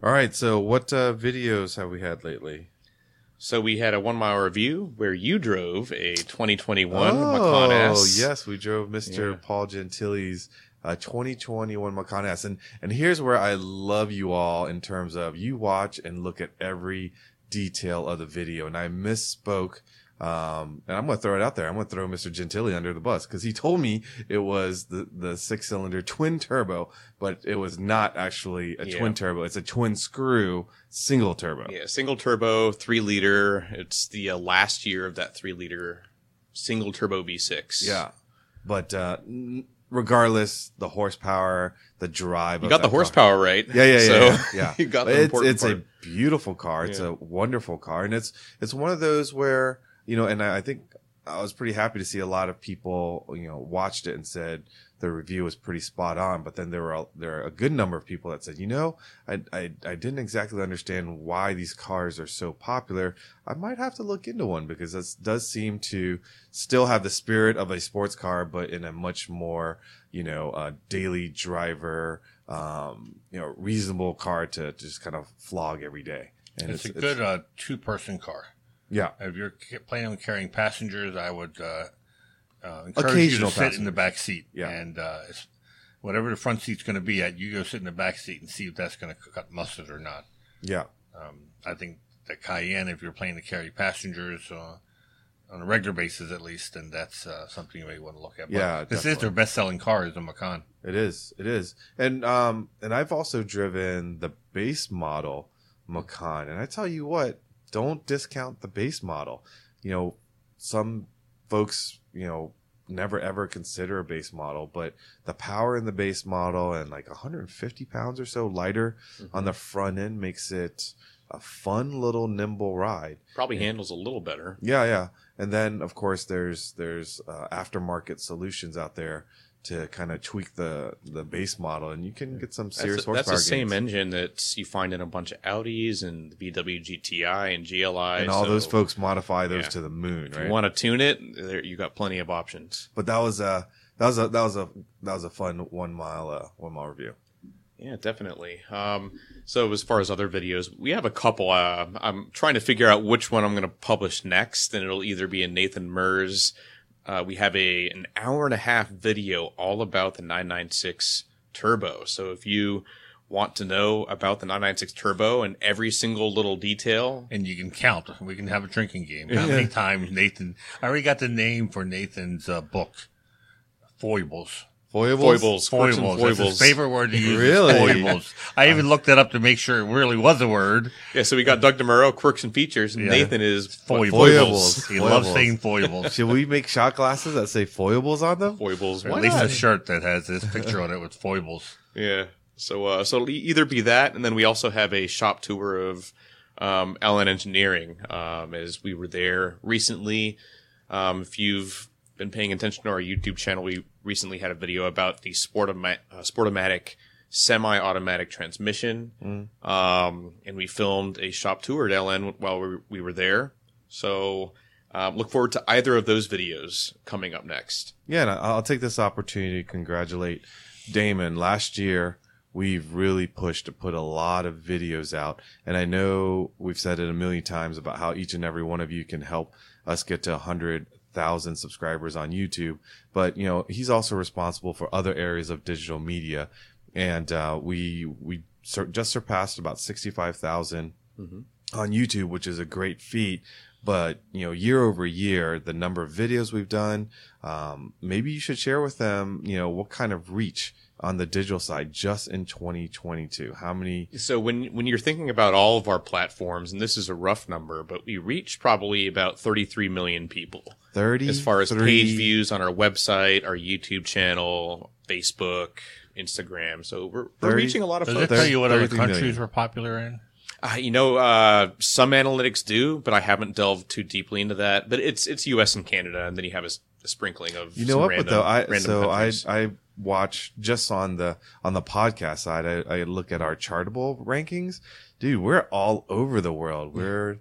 [SPEAKER 2] All right, so what uh, videos have we had lately?
[SPEAKER 5] So we had a one mile review where you drove a 2021
[SPEAKER 2] oh,
[SPEAKER 5] Macan S.
[SPEAKER 2] yes, we drove Mr.
[SPEAKER 5] Yeah.
[SPEAKER 2] Paul Gentili's uh, 2021 Macan S, and and here's where I love you all in terms of you watch and look at every detail of the video, and I misspoke. Um, and I'm gonna throw it out there. I'm gonna throw Mr. Gentili under the bus because he told me it was the, the six cylinder twin turbo, but it was not actually a
[SPEAKER 5] Yeah.
[SPEAKER 2] twin turbo. It's a twin screw single turbo.
[SPEAKER 5] Yeah, single turbo, three liter. It's the uh, last year of that three liter single turbo V6.
[SPEAKER 2] Yeah. But uh, n- regardless, the horsepower, the drive.
[SPEAKER 5] You
[SPEAKER 2] of
[SPEAKER 5] got
[SPEAKER 2] that
[SPEAKER 5] the
[SPEAKER 2] car-
[SPEAKER 5] horsepower right.
[SPEAKER 2] Yeah, yeah,
[SPEAKER 5] So
[SPEAKER 2] yeah. yeah.
[SPEAKER 5] you got
[SPEAKER 2] But
[SPEAKER 5] the
[SPEAKER 2] it's,
[SPEAKER 5] important
[SPEAKER 2] it's
[SPEAKER 5] part.
[SPEAKER 2] a beautiful car. It's
[SPEAKER 5] Yeah.
[SPEAKER 2] a wonderful car, and it's it's one of those where you know, and I, I think I was pretty happy to see a lot of people you know watched it and said the review was pretty spot on. But then there were a, there are a good number of people that said, you know, I, I I didn't exactly understand why these cars are so popular. I might have to look into one because this does seem to still have the spirit of a sports car, but in a much more you know uh, daily driver um, you know, reasonable car to, to just kind of flog every day. And
[SPEAKER 4] it's, a good uh, two person car.
[SPEAKER 2] yeah,
[SPEAKER 4] If you're ca- planning on carrying passengers, I would uh, uh, encourage
[SPEAKER 2] Occasional
[SPEAKER 4] you to sit in the
[SPEAKER 2] passengers.
[SPEAKER 4] back seat.
[SPEAKER 2] Yeah.
[SPEAKER 4] And uh, it's- whatever the front seat's going to be at, you go sit in the back seat and see if that's going to cut mustard or not.
[SPEAKER 2] yeah,
[SPEAKER 4] Um, I think the Cayenne, if you're planning to carry passengers uh, on a regular basis at least, then that's uh, something you may want to look at.
[SPEAKER 2] Yeah,
[SPEAKER 4] This is
[SPEAKER 2] definitely.
[SPEAKER 4] their best selling car, is the Macan.
[SPEAKER 2] it is, it is. And um, and I've also driven the base model Macan, and I tell you what, don't discount the base model. You know, some folks, you know, never ever consider a base model, but the power in the base model and like 150 pounds or so lighter on the front end makes it a fun little nimble ride.
[SPEAKER 5] Probably handles a little better.
[SPEAKER 2] Yeah, yeah. And then of course there's there's uh, aftermarket solutions out there to kind of tweak the the base model, and you can get some serious
[SPEAKER 5] That's, the- that's
[SPEAKER 2] horsepower.
[SPEAKER 5] the same
[SPEAKER 2] gains.
[SPEAKER 5] engine that you find in a bunch of Audis and VW GTI and GLI.
[SPEAKER 2] and all
[SPEAKER 5] so
[SPEAKER 2] those folks modify those
[SPEAKER 5] Yeah.
[SPEAKER 2] to the moon,
[SPEAKER 5] If
[SPEAKER 2] right?
[SPEAKER 5] you want to tune it, there, you got plenty of options.
[SPEAKER 2] but that was a that was a that was a that was a fun one mile uh, one mile review.
[SPEAKER 5] Yeah, definitely. Um, so as far as other videos, we have a couple. Uh, I'm trying to figure out which one I'm going to publish next, and it'll either be a Nathan Mers. Uh, we have a an hour and a half video all about the 996 Turbo. So if you want to know about the 996 Turbo and every single little detail,
[SPEAKER 4] and you can count. We can have a drinking game. How many times Nathan? I already got the name for Nathan's uh, book. foibles.
[SPEAKER 2] Foibles.
[SPEAKER 5] Foibles, forks and
[SPEAKER 4] Foibles. That's his
[SPEAKER 5] foibles.
[SPEAKER 4] favorite word to use.
[SPEAKER 2] Really?
[SPEAKER 4] Really? Foibles. I even looked that up to make sure it really was a word.
[SPEAKER 5] Yeah, so we got Doug DeMuro, quirks and features. and
[SPEAKER 4] Yeah.
[SPEAKER 5] Nathan is
[SPEAKER 4] Foibles.
[SPEAKER 2] Foibles.
[SPEAKER 4] He loves
[SPEAKER 2] Foibles.
[SPEAKER 4] saying foibles.
[SPEAKER 2] Should we make shot glasses that say foibles on them?
[SPEAKER 5] foibles.
[SPEAKER 4] Or at least a shirt that has his picture on it with foibles.
[SPEAKER 5] Yeah. So uh, so it'll e- either be that, and then we also have a shop tour of um, Allen Engineering um, as we were there recently. Um, if you've been paying attention to our YouTube channel, we recently had a video about the Sportoma- uh, Sportomatic semi-automatic transmission, um, and we filmed a shop tour at LN while we, we were there. So um, look forward to either of those videos coming up next.
[SPEAKER 2] Yeah, and I- I'll take this opportunity to congratulate Damon. Last year, we've really pushed to put a lot of videos out. And I know we've said it a million times about how each and every one of you can help us get to 100,000 subscribers on YouTube. But, you know, he's also responsible for other areas of digital media. And uh, we, we sur- just surpassed about 65,000 on YouTube, which is a great feat. But you know, year over year, the number of videos we've done, um, maybe you should share with them, you know, what kind of reach on the digital side just in 2022. How many?
[SPEAKER 5] So when when you're thinking about all of our platforms, and this is a rough number, but we reach probably about 33 million people
[SPEAKER 2] 30
[SPEAKER 5] as far as page views on our website, our YouTube channel, Facebook, Instagram. So we're, we're
[SPEAKER 2] 30
[SPEAKER 5] reaching a lot of
[SPEAKER 4] Does
[SPEAKER 5] folks.
[SPEAKER 4] it tell you what other
[SPEAKER 2] 33 million.
[SPEAKER 4] countries were popular in?
[SPEAKER 5] Uh, you know, uh, some analytics do, but I haven't delved too deeply into that. But it's it's U.S. and Canada, and then you have a, s- a sprinkling of
[SPEAKER 2] You know
[SPEAKER 5] some
[SPEAKER 2] what?
[SPEAKER 5] Random,
[SPEAKER 2] but though I
[SPEAKER 5] random
[SPEAKER 2] so I
[SPEAKER 5] countries.
[SPEAKER 2] I watch just on the on the podcast side. I, I look at our chartable rankings. Dude, we're all over the world. We're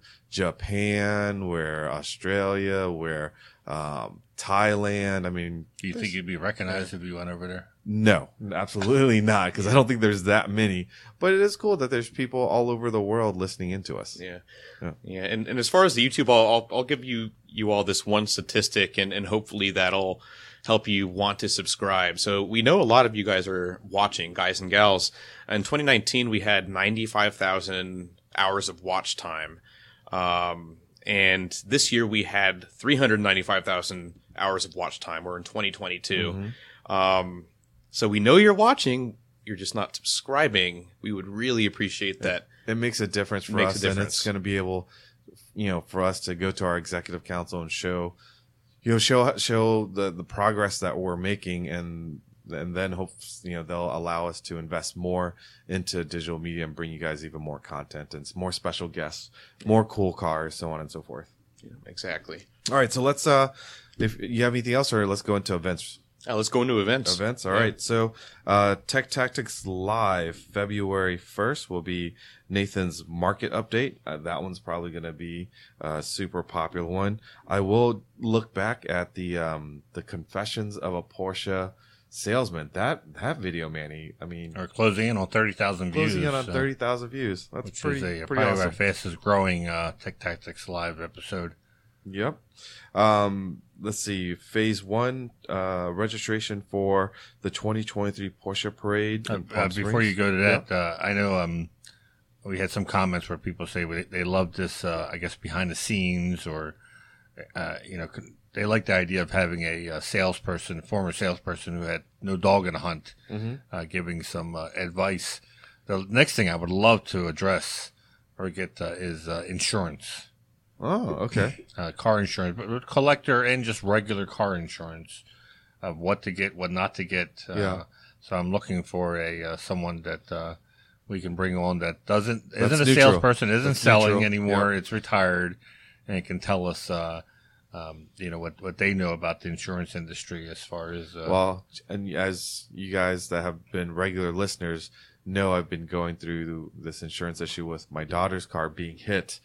[SPEAKER 2] Japan. We're Australia. We're um, Thailand. I mean,
[SPEAKER 4] Do you think you'd be recognized if you went over there?
[SPEAKER 2] No, absolutely not, because I don't think there's that many. But it is cool that there's people all over the world listening into us.
[SPEAKER 5] Yeah.
[SPEAKER 2] Yeah.
[SPEAKER 5] Yeah. And, and as far as the YouTube, I'll, I'll, I'll give you, you all this one statistic and, and hopefully that'll help you want to subscribe. So we know a lot of you guys are watching, guys and gals. In 2019, we had 95,000 hours of watch time. Um, and this year we had 395,000 hours of watch time. We're in 2022. Um, so we know you're watching. You're just not subscribing. We would really appreciate that.
[SPEAKER 2] It makes a difference for
[SPEAKER 5] Makes a
[SPEAKER 2] us, and it's
[SPEAKER 5] difference.
[SPEAKER 2] going to be able, you know, for us to go to our executive council and show, you know, show show the the progress that we're making, and and then hope you know they'll allow us to invest more into digital media and bring you guys even more content and more special guests, more cool cars, so on and so forth.
[SPEAKER 5] Exactly.
[SPEAKER 2] All right, so let's uh, if you have anything else, or let's go into events
[SPEAKER 5] Uh, let's go into events.
[SPEAKER 2] events. All right. So, uh, Tech Tactics Live, February 1st, will be Nathan's market update. Uh, that one's probably going to be a super popular one. I will look back at the um, the confessions of a Porsche salesman. That that video, Manny. I mean,
[SPEAKER 4] Or closing in on 30,000 views.
[SPEAKER 2] closing in on
[SPEAKER 4] uh,
[SPEAKER 2] 30,000 views. That's
[SPEAKER 4] which
[SPEAKER 2] pretty
[SPEAKER 4] is a,
[SPEAKER 2] pretty
[SPEAKER 4] probably our
[SPEAKER 2] awesome.
[SPEAKER 4] fastest growing uh, Tech Tactics Live episode.
[SPEAKER 2] Yep. Um, let's see. Phase one uh, registration for the 2023 Porsche Parade.
[SPEAKER 4] Uh,
[SPEAKER 2] in Palm
[SPEAKER 4] uh, before you
[SPEAKER 2] Springs.
[SPEAKER 4] go to that, uh, I know um, we had some comments where people say we- they love this, uh, I guess, behind the scenes, or uh, you know, con- they like the idea of having a, uh salesperson, former salesperson who had no dog in the hunt,
[SPEAKER 2] Mm-hmm.
[SPEAKER 4] uh, giving some uh, advice. The next thing I would love to address or get uh, is uh, insurance
[SPEAKER 2] Oh, okay.
[SPEAKER 4] uh, car insurance, but with collector and just regular car insurance of what to get, what not to get. Uh,
[SPEAKER 2] Yeah.
[SPEAKER 4] So I'm looking for a uh, someone that uh, we can bring on that doesn't
[SPEAKER 2] That's
[SPEAKER 4] isn't a
[SPEAKER 2] neutral.
[SPEAKER 4] salesperson, isn't
[SPEAKER 2] That's
[SPEAKER 4] selling
[SPEAKER 2] neutral.
[SPEAKER 4] anymore. It's retired, and can tell us. Uh, um, you know what what they know about the insurance industry as far as uh,
[SPEAKER 2] Well, and as you guys that have been regular listeners know, I've been going through this insurance issue with my daughter's car being hit.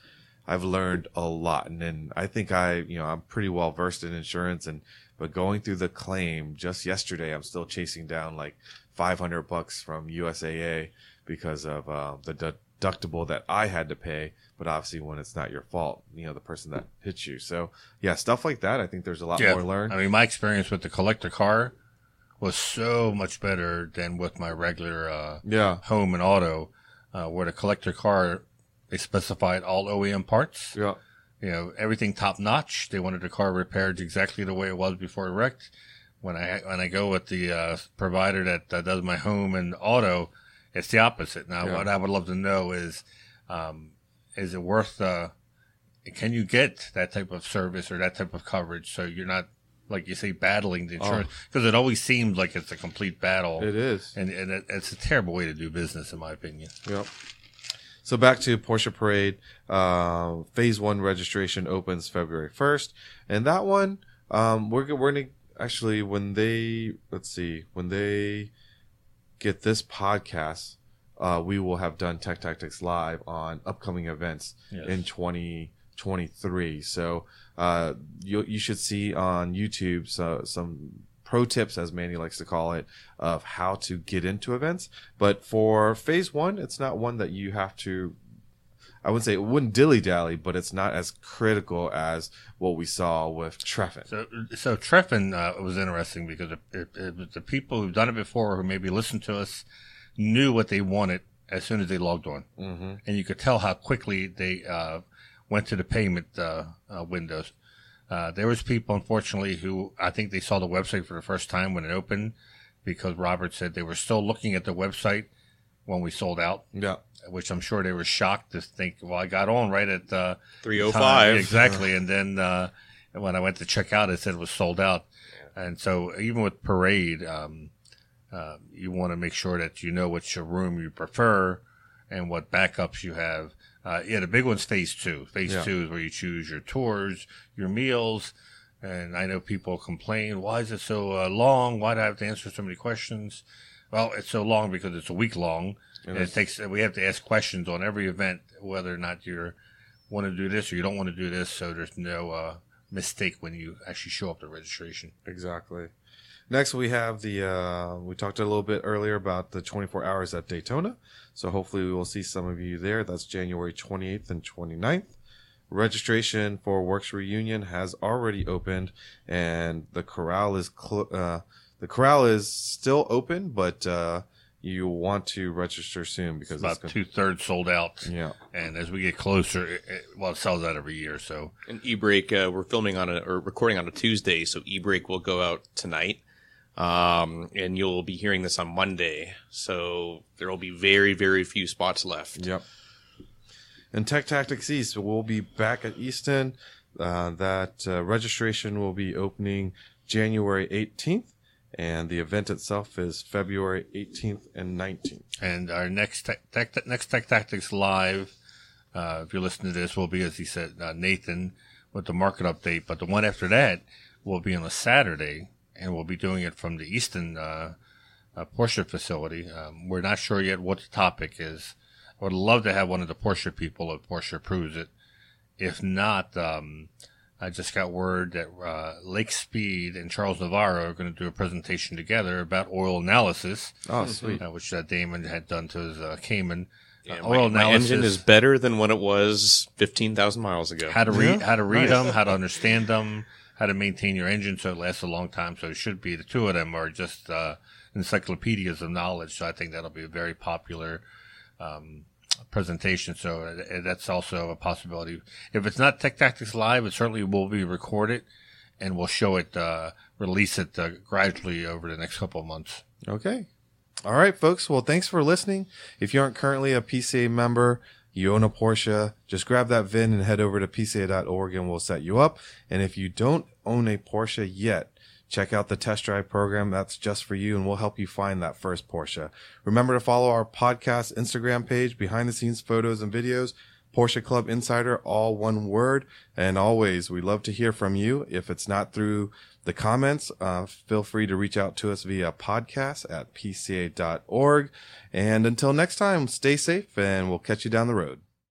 [SPEAKER 2] I've learned a lot, and then I think I, you know, I'm pretty well versed in insurance. And but going through the claim just yesterday, I'm still chasing down like 500 bucks from USAA because of uh, the deductible that I had to pay. But obviously, when it's not your fault, you know, the person that hits you. So yeah, stuff like that. I think there's a lot more to learn.
[SPEAKER 4] I mean, my experience with the collector car was so much better than with my regular uh,
[SPEAKER 2] yeah.
[SPEAKER 4] home and auto, uh, where the collector car they specified all OEM parts.
[SPEAKER 2] Yeah.
[SPEAKER 4] You know everything top notch. They wanted the car repaired exactly the way it was before it wrecked. when I when I go with the uh, provider that, that does my home and auto, it's the opposite. Now, what I would love to know is, um, is it worth? Uh, can you get that type of service or that type of coverage so you're not like you say battling the insurance because it always seems like it's a complete battle.
[SPEAKER 2] Oh. It is.
[SPEAKER 4] Oh. and, and it, it's a terrible way to do business, in my opinion.
[SPEAKER 2] Yep. So back to Porsche Parade. Uh, phase one registration opens February first, and that one um, we're go- we're gonna actually when they let's see when they get this podcast, uh, we will have done Tech Tactics live on upcoming events
[SPEAKER 4] Yes.
[SPEAKER 2] in twenty twenty three. So uh, you you should see on YouTube so, some pro tips, as Manny likes to call it, of how to get into events. But for phase one, it's not one that you have to. I wouldn't say it wouldn't dilly dally, but it's not as critical as what we saw with Treffin.
[SPEAKER 4] So, so Treffin uh, was interesting because it, it, it was the people who've done it before, who maybe listened to us, knew what they wanted as soon as they logged on, mm-hmm. and you could tell how quickly they uh, went to the payment uh, uh, windows. Uh, there was people, unfortunately, who I think they saw the website for the first time when it opened, because Robert said they were still looking at the website when we sold out,
[SPEAKER 2] Yeah.
[SPEAKER 4] which I'm sure they were shocked to think, well, I got on right at uh,
[SPEAKER 5] 305.
[SPEAKER 4] time. exactly. And then uh, when I went to check out, it said it was sold out. And so even with parade, um, uh, you want to make sure that you know which room you prefer and what backups you have. Uh, yeah, the big one's phase two. Phase
[SPEAKER 2] Yeah.
[SPEAKER 4] two is where you choose your tours, your meals. And I know people complain, why is it so uh, long? Why do I have to answer so many questions? Well, it's so long because it's a week long. And it takes, we have to ask questions on every event, whether or not you're want to do this or you don't want to do this. So there's no uh, mistake when you actually show up to registration.
[SPEAKER 2] Exactly. Next, we have the. Uh, we talked a little bit earlier about the 24 hours at Daytona. So hopefully, we will see some of you there. That's January 28th and 29th. Registration for Works Reunion has already opened, and the corral is cl- uh, the corral is still open, but uh, you want to register soon because it's
[SPEAKER 4] About
[SPEAKER 2] gonna-
[SPEAKER 4] two thirds sold out.
[SPEAKER 2] yeah.
[SPEAKER 4] And as we get closer, it, it, well, it sells out every year. So
[SPEAKER 5] And E Break, uh, we're filming on a or recording on a Tuesday, so E Break will go out tonight. Um, and you'll be hearing this on Monday, so there will be very, very few spots left.
[SPEAKER 2] Yep. And Tech Tactics East will be back at Easton. Uh, that uh, registration will be opening January 18th, and the event itself is February 18th and 19th.
[SPEAKER 4] And our next tech, tech, next tech tactics live, uh, if you're listening to this, will be as he said, uh, Nathan with the market update. But the one after that will be on a Saturday, and we'll be doing it from the Easton uh, uh, Porsche facility. Um, we're not sure yet what the topic is. I would love to have one of the Porsche people if Porsche approves it. If not, um, I just got word that uh, Lake Speed and Charles Navarro are going to do a presentation together about oil analysis
[SPEAKER 2] Oh, sweet.
[SPEAKER 4] uh, which uh, Damon had done to his uh, Cayman. Uh,
[SPEAKER 5] And my-
[SPEAKER 4] oil
[SPEAKER 5] my,
[SPEAKER 4] analysis,
[SPEAKER 5] engine is better than when it was fifteen thousand miles ago.
[SPEAKER 4] how to read, how to read them, how to understand them, how to maintain your engine so it lasts a long time. So it should be the two of them are just uh, encyclopedias of knowledge. So I think that'll be a very popular um, presentation. So uh, that's also a possibility. If it's not Tech Tactics Live, it certainly will be recorded, and we'll show it, uh, release it uh, gradually over the next couple of months.
[SPEAKER 2] Okay. All right, folks. Well, thanks for listening. If you aren't currently a PCA member, you own a Porsche, just grab that VIN and head over to PCA.org and we'll set you up. And if you don't own a Porsche yet, check out the test drive program. That's just for you and we'll help you find that first Porsche. Remember to follow our podcast Instagram page, behind the scenes photos and videos. Porsche Club Insider, all one word. And always, we love to hear from you. If it's not through the comments, uh, feel free to reach out to us via podcast at pca.org. And until next time, stay safe and we'll catch you down the road.